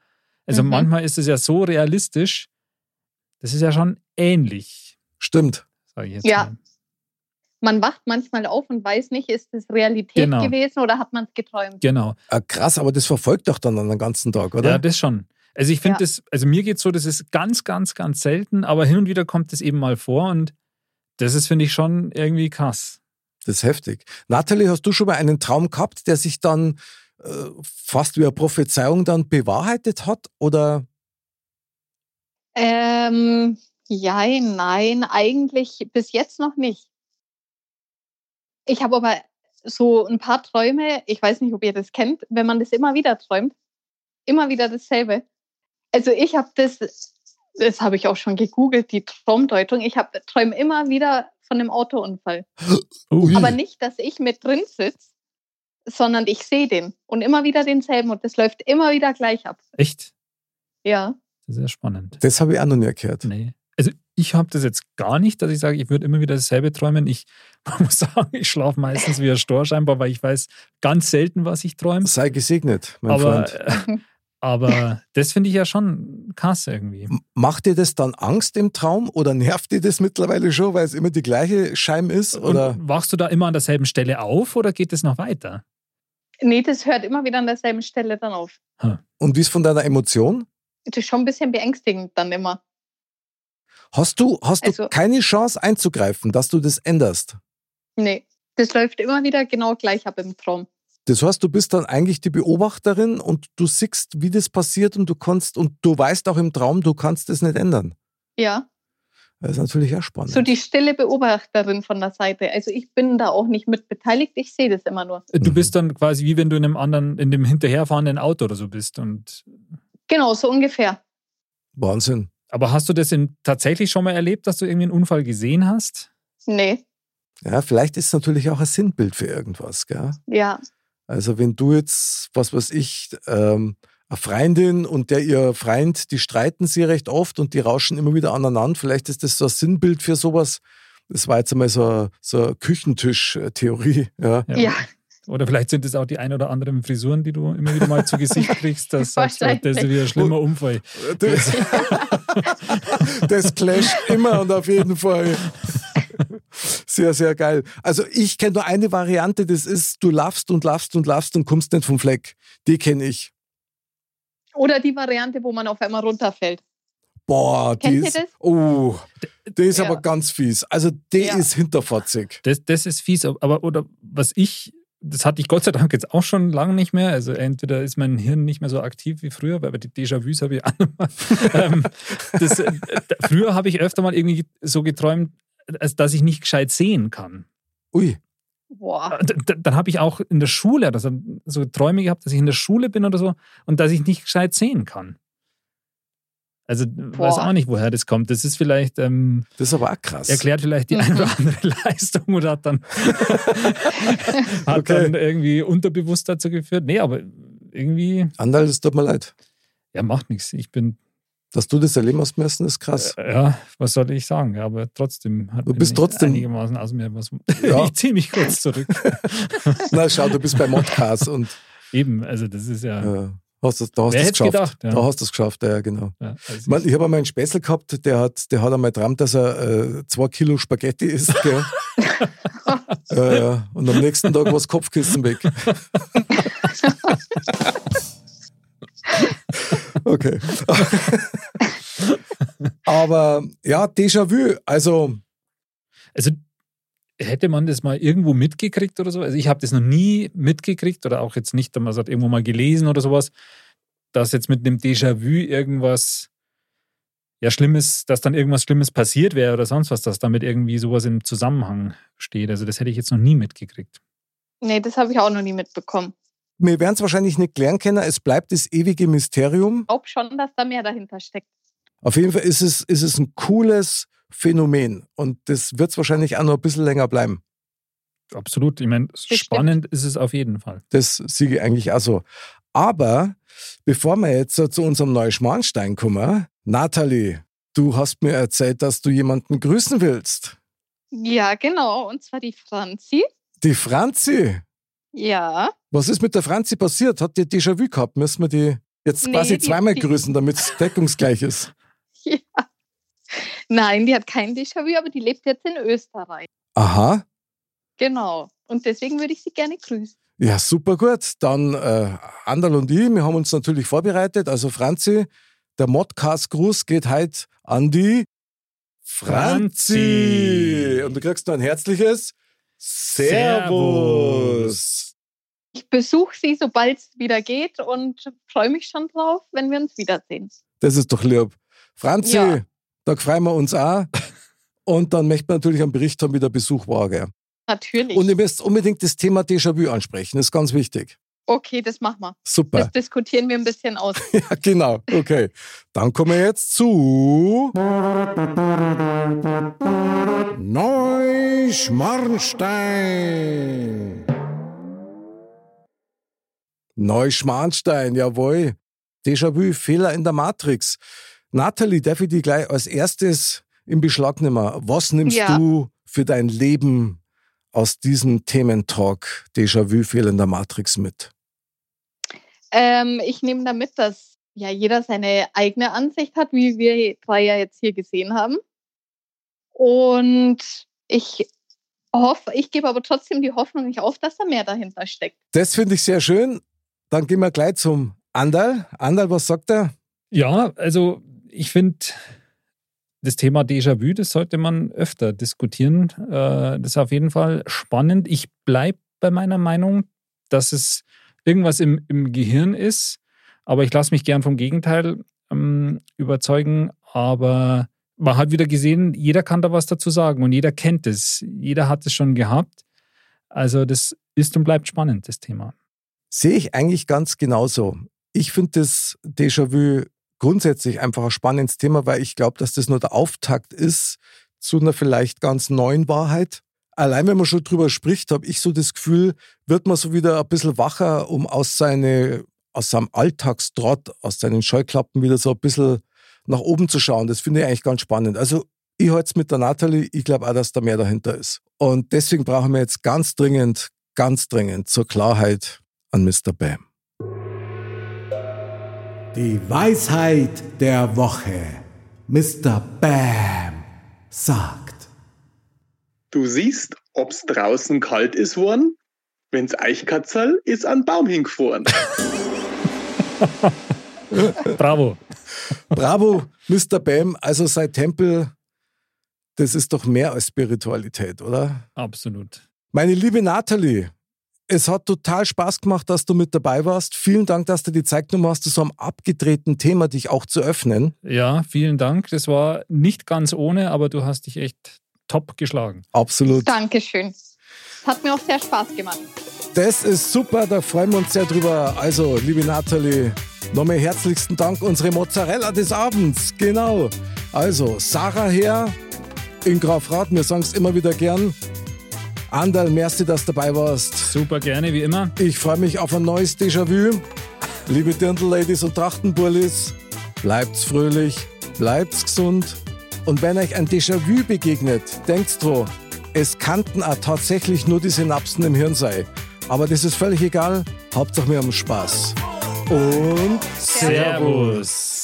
[SPEAKER 2] Also
[SPEAKER 4] Mhm.
[SPEAKER 2] manchmal ist es ja so realistisch, das ist ja schon ähnlich,
[SPEAKER 1] Stimmt.
[SPEAKER 2] sage ich jetzt.
[SPEAKER 4] Ja.
[SPEAKER 2] mal.
[SPEAKER 4] Man wacht manchmal auf und weiß nicht, ist das Realität
[SPEAKER 2] Genau.
[SPEAKER 4] gewesen oder hat man es geträumt?
[SPEAKER 2] Genau.
[SPEAKER 1] Ah, krass, aber das verfolgt doch dann den ganzen Tag, oder?
[SPEAKER 2] Ja, das schon. Also ich finde
[SPEAKER 4] Ja.
[SPEAKER 2] das, also mir geht es so, das ist ganz, ganz, ganz selten, aber hin und wieder kommt es eben mal vor und das ist, finde ich, schon irgendwie krass.
[SPEAKER 1] Das ist heftig. Nathalie, hast du schon mal einen Traum gehabt, der sich dann äh, fast wie eine Prophezeiung dann bewahrheitet hat? Oder
[SPEAKER 4] Ähm, jein, nein, eigentlich bis jetzt noch nicht. Ich habe aber so ein paar Träume, ich weiß nicht, ob ihr das kennt, wenn man das immer wieder träumt, immer wieder dasselbe. Also ich habe das, das habe ich auch schon gegoogelt, die Traumdeutung. Ich habe träume immer wieder von einem Autounfall.
[SPEAKER 1] Oh, Ui.
[SPEAKER 2] Hm.
[SPEAKER 4] Aber nicht, dass ich mit drin sitze, sondern ich sehe den und immer wieder denselben und das läuft immer wieder gleich ab.
[SPEAKER 2] echt?
[SPEAKER 4] Ja.
[SPEAKER 2] Das ist ja spannend.
[SPEAKER 1] das habe ich auch noch nie gehört.
[SPEAKER 2] Nee. Also ich habe das jetzt gar nicht, dass ich sage, ich würde immer wieder dasselbe träumen. Ich muss sagen, ich schlafe meistens wie ein Stor scheinbar, weil ich weiß ganz selten, was ich träume.
[SPEAKER 1] Sei gesegnet, mein
[SPEAKER 2] Aber,
[SPEAKER 1] Freund.
[SPEAKER 2] äh, aber das finde ich ja schon krass irgendwie.
[SPEAKER 1] M- Macht dir das dann Angst im Traum oder nervt dir das mittlerweile schon, weil es immer die gleiche Scheim ist? Oder?
[SPEAKER 2] Und wachst du da immer an derselben Stelle auf oder geht es noch weiter?
[SPEAKER 4] Nee, das hört immer wieder an derselben Stelle dann auf.
[SPEAKER 1] Und wie ist von deiner Emotion?
[SPEAKER 4] das ist schon ein bisschen beängstigend dann immer.
[SPEAKER 1] Hast du, hast du
[SPEAKER 4] Also-
[SPEAKER 1] keine Chance einzugreifen, dass du das änderst?
[SPEAKER 4] Nee, das läuft immer wieder genau gleich ab im Traum.
[SPEAKER 1] Das heißt, du bist dann eigentlich die Beobachterin und du siehst, wie das passiert und du kannst, und du weißt auch im Traum, du kannst es nicht ändern.
[SPEAKER 4] Ja,
[SPEAKER 1] Das ist natürlich auch spannend.
[SPEAKER 4] so die stille Beobachterin von der Seite. Also ich bin da auch nicht mit beteiligt, ich sehe das immer nur.
[SPEAKER 2] Du
[SPEAKER 1] Mhm.
[SPEAKER 2] bist dann quasi wie wenn du in einem anderen, in dem hinterherfahrenden Auto oder so bist. Und
[SPEAKER 4] Genau, so ungefähr.
[SPEAKER 1] Wahnsinn.
[SPEAKER 2] aber hast du das denn tatsächlich schon mal erlebt, dass du irgendwie einen Unfall gesehen hast?
[SPEAKER 4] Nee,
[SPEAKER 1] Ja, vielleicht ist es natürlich auch ein Sinnbild für irgendwas, gell?
[SPEAKER 4] ja,
[SPEAKER 1] Also wenn du jetzt, was weiß ich, ähm, eine Freundin und der ihr Freund, die streiten sie recht oft und die rauschen immer wieder aneinander. Vielleicht ist das so ein Sinnbild für sowas. Das war jetzt einmal so, eine- so eine Küchentisch-Theorie. Ja.
[SPEAKER 4] ja,
[SPEAKER 2] Oder vielleicht sind es auch die ein oder anderen Frisuren, die du immer wieder mal zu Gesicht kriegst. Das, sagst du, das ist
[SPEAKER 4] Wahrscheinlich.
[SPEAKER 2] wieder ein schlimmer Unfall.
[SPEAKER 1] Das, das clasht immer und auf jeden Fall. Sehr, sehr geil. Also ich kenne nur eine Variante, das ist, du laufst und laufst und laufst und kommst nicht vom Fleck. Die kenne ich.
[SPEAKER 4] Oder die Variante, wo man auf einmal runterfällt.
[SPEAKER 1] Boah, die
[SPEAKER 4] Kennt ihr
[SPEAKER 1] ist,
[SPEAKER 4] das?
[SPEAKER 1] oh, die ist
[SPEAKER 4] Ja.
[SPEAKER 1] aber ganz fies. Also die
[SPEAKER 4] Ja.
[SPEAKER 1] ist hinterfotzig.
[SPEAKER 2] Das, das ist fies, ab- aber oder was ich, das hatte ich Gott sei Dank jetzt auch schon lange nicht mehr. Also entweder ist mein Hirn nicht mehr so aktiv wie früher, weil die Déjà-vus habe ich auch noch mal. ähm, das, äh, da- Früher habe ich öfter mal irgendwie so geträumt, als dass ich nicht gescheit sehen kann.
[SPEAKER 1] Ui,
[SPEAKER 4] Boah,
[SPEAKER 2] Äh, d- d- Dann habe ich auch in der Schule das, haben so Träume gehabt, dass ich in der Schule bin oder so und dass ich nicht gescheit sehen kann. Also weiß
[SPEAKER 4] Boah.
[SPEAKER 2] auch nicht, woher das kommt. Das ist vielleicht, ähm,
[SPEAKER 1] das ist aber auch krass.
[SPEAKER 2] erklärt vielleicht die
[SPEAKER 4] Mhm.
[SPEAKER 2] eine oder andere Leistung oder hat dann, hat
[SPEAKER 1] Okay.
[SPEAKER 2] dann irgendwie unterbewusst dazu geführt. Nee, aber irgendwie,
[SPEAKER 1] Anderl, es tut mir leid.
[SPEAKER 2] ja, macht nichts. Ich bin,
[SPEAKER 1] Dass du das erleben hast müssen, ist krass.
[SPEAKER 2] äh, ja, was soll ich sagen? Ja, aber trotzdem hat
[SPEAKER 1] Du
[SPEAKER 2] mir
[SPEAKER 1] bist
[SPEAKER 2] nicht
[SPEAKER 1] trotzdem-
[SPEAKER 2] einigermaßen aus mir was.
[SPEAKER 1] Ja.
[SPEAKER 2] ich ziehe mich kurz zurück.
[SPEAKER 1] Na schau, du bist bei Modcast und
[SPEAKER 2] Eben, also das ist ja.
[SPEAKER 1] äh, hast das, da hast du
[SPEAKER 2] Wer
[SPEAKER 1] es
[SPEAKER 2] hätte
[SPEAKER 1] geschafft.
[SPEAKER 2] gedacht? Ja.
[SPEAKER 1] Da hast du es geschafft, ja genau.
[SPEAKER 2] ja, also
[SPEAKER 1] Man, ich habe einmal einen Späßel gehabt, der hat, der hat einmal geträumt, dass er äh, zwei Kilo Spaghetti isst. Gell? ja, ja. Und am nächsten Tag war das Kopfkissen weg. okay. Aber ja, Déjà-vu. Also,
[SPEAKER 2] Also hätte man das mal irgendwo mitgekriegt oder so? Also ich habe das noch nie mitgekriegt oder auch jetzt nicht, man hat irgendwo mal gelesen oder sowas, dass jetzt mit einem Déjà-vu irgendwas ja Schlimmes, dass dann irgendwas Schlimmes passiert wäre oder sonst was, dass damit irgendwie sowas im Zusammenhang steht. Also das hätte ich jetzt noch nie mitgekriegt.
[SPEAKER 4] nee, das habe ich auch noch nie mitbekommen.
[SPEAKER 1] wir werden es wahrscheinlich nicht klären können. Es bleibt das ewige Mysterium.
[SPEAKER 4] Ich glaube schon, dass da mehr dahinter steckt.
[SPEAKER 1] Auf jeden Fall ist es, ist es ein cooles Phänomen und das wird es wahrscheinlich auch noch ein bisschen länger bleiben.
[SPEAKER 2] Absolut. Ich meine, spannend ist es auf jeden Fall.
[SPEAKER 1] Das sehe ich eigentlich auch so. Aber bevor wir jetzt so zu unserem Neuschmarnstein kommen, Nathalie, du hast mir erzählt, dass du jemanden grüßen willst.
[SPEAKER 4] Ja, genau. Und zwar die Franzi.
[SPEAKER 1] Die Franzi.
[SPEAKER 4] Ja,
[SPEAKER 1] Was ist mit der Franzi passiert? Hat die Déjà-vu gehabt? Müssen wir die jetzt
[SPEAKER 4] Nee,
[SPEAKER 1] quasi
[SPEAKER 4] die-
[SPEAKER 1] zweimal
[SPEAKER 4] die-
[SPEAKER 1] grüßen, damit es deckungsgleich ist?
[SPEAKER 4] nein, die hat kein Déjà-vu, aber die lebt jetzt in Österreich.
[SPEAKER 1] Aha.
[SPEAKER 4] Genau. Und deswegen würde ich sie gerne grüßen.
[SPEAKER 1] Ja, super gut. Dann äh, Anderl und ich, wir haben uns natürlich vorbereitet. Also Franzi, der Modcast-Gruß geht heute an die Franzi.
[SPEAKER 2] Franzi.
[SPEAKER 1] Und du kriegst noch ein herzliches Servus.
[SPEAKER 4] Ich besuche sie, sobald es wieder geht und freue mich schon drauf, wenn wir uns wiedersehen.
[SPEAKER 1] Das ist doch lieb. Franzi,
[SPEAKER 4] Ja.
[SPEAKER 1] da freuen wir uns auch. Und dann möchten wir natürlich einen Bericht haben, wie der Besuch war. Gell?
[SPEAKER 4] Natürlich.
[SPEAKER 1] Und ihr müsst unbedingt das Thema Déjà-vu ansprechen. Das ist ganz wichtig.
[SPEAKER 4] okay, das machen wir.
[SPEAKER 1] Super.
[SPEAKER 4] Das diskutieren wir ein bisschen aus.
[SPEAKER 1] Ja, genau. Okay. Dann kommen wir jetzt zu. Neuschmarnstein. Neuschmarnstein, jawohl. Déjà-vu, Fehler in der Matrix. Nathalie, darf ich dich gleich als erstes im Beschlag nehmen? Was nimmst
[SPEAKER 4] Ja.
[SPEAKER 1] du für dein Leben aus diesem Thementalk Déjà-vu, Fehler in der Matrix mit?
[SPEAKER 4] Ähm, ich nehme damit, dass ja jeder seine eigene Ansicht hat, wie wir drei ja jetzt hier gesehen haben. Und ich hoffe, ich gebe aber trotzdem die Hoffnung nicht auf, dass da mehr dahinter steckt.
[SPEAKER 1] Das finde ich sehr schön. Dann gehen wir gleich zum Andal. Andal, was sagt er?
[SPEAKER 2] Ja, also ich finde, das Thema Déjà-vu, das sollte man öfter diskutieren. Äh, Das ist auf jeden Fall spannend. Ich bleibe bei meiner Meinung, dass es irgendwas im, im Gehirn ist, aber ich lasse mich gern vom Gegenteil ähm, überzeugen. Aber man hat wieder gesehen, jeder kann da was dazu sagen und jeder kennt es. Jeder hat es schon gehabt. Also das ist und bleibt spannend, das Thema.
[SPEAKER 1] Sehe ich eigentlich ganz genauso. Ich finde das Déjà-vu grundsätzlich einfach ein spannendes Thema, weil ich glaube, dass das nur der Auftakt ist zu einer vielleicht ganz neuen Wahrheit. Allein wenn man schon drüber spricht, habe ich so das Gefühl, wird man so wieder ein bisschen wacher, um aus, seine, aus seinem Alltagstrott, aus seinen Scheuklappen wieder so ein bisschen nach oben zu schauen. Das finde ich eigentlich ganz spannend. Also ich halte es mit der Nathalie, ich glaube auch, dass da mehr dahinter ist. Und deswegen brauchen wir jetzt ganz dringend, ganz dringend zur Klarheit an Mr. Bam.
[SPEAKER 5] Die Weisheit der Woche. Mr. Bam sagt.
[SPEAKER 6] Du siehst, ob's draußen kalt ist worden? Wenn's Eichkatzel ist an Baum hingefroren.
[SPEAKER 2] Bravo.
[SPEAKER 1] Bravo, Mr. Bam. Also sein Tempel, das ist doch mehr als Spiritualität, oder?
[SPEAKER 2] Absolut.
[SPEAKER 1] Meine liebe Nathalie, es hat total Spaß gemacht, dass du mit dabei warst. Vielen Dank, dass du die Zeit genommen hast, zu so einem abgedrehten Thema dich auch zu öffnen.
[SPEAKER 2] Ja, vielen Dank. Das war nicht ganz ohne, aber du hast dich echt top geschlagen.
[SPEAKER 1] Absolut.
[SPEAKER 4] Dankeschön. Hat mir auch sehr Spaß gemacht.
[SPEAKER 1] Das ist super, da freuen wir uns sehr drüber. Also, liebe Nathalie, nochmal herzlichsten Dank, unsere Mozzarella des Abends. Genau. Also, Sarah her in Grafrath, wir sagen es immer wieder gern. Andal, merci, dass du dabei warst.
[SPEAKER 2] Super gerne, wie immer.
[SPEAKER 1] Ich freue mich auf ein neues Déjà-vu. Liebe Dirndl-Ladies und Trachtenburlis, bleibt's fröhlich, bleibt's gesund. Und wenn euch ein Déjà-vu begegnet, denkt dran, es kannten auch tatsächlich nur die Synapsen im Hirn sei. Aber das ist völlig egal, Hauptsache wir haben Spaß. Und
[SPEAKER 2] Servus.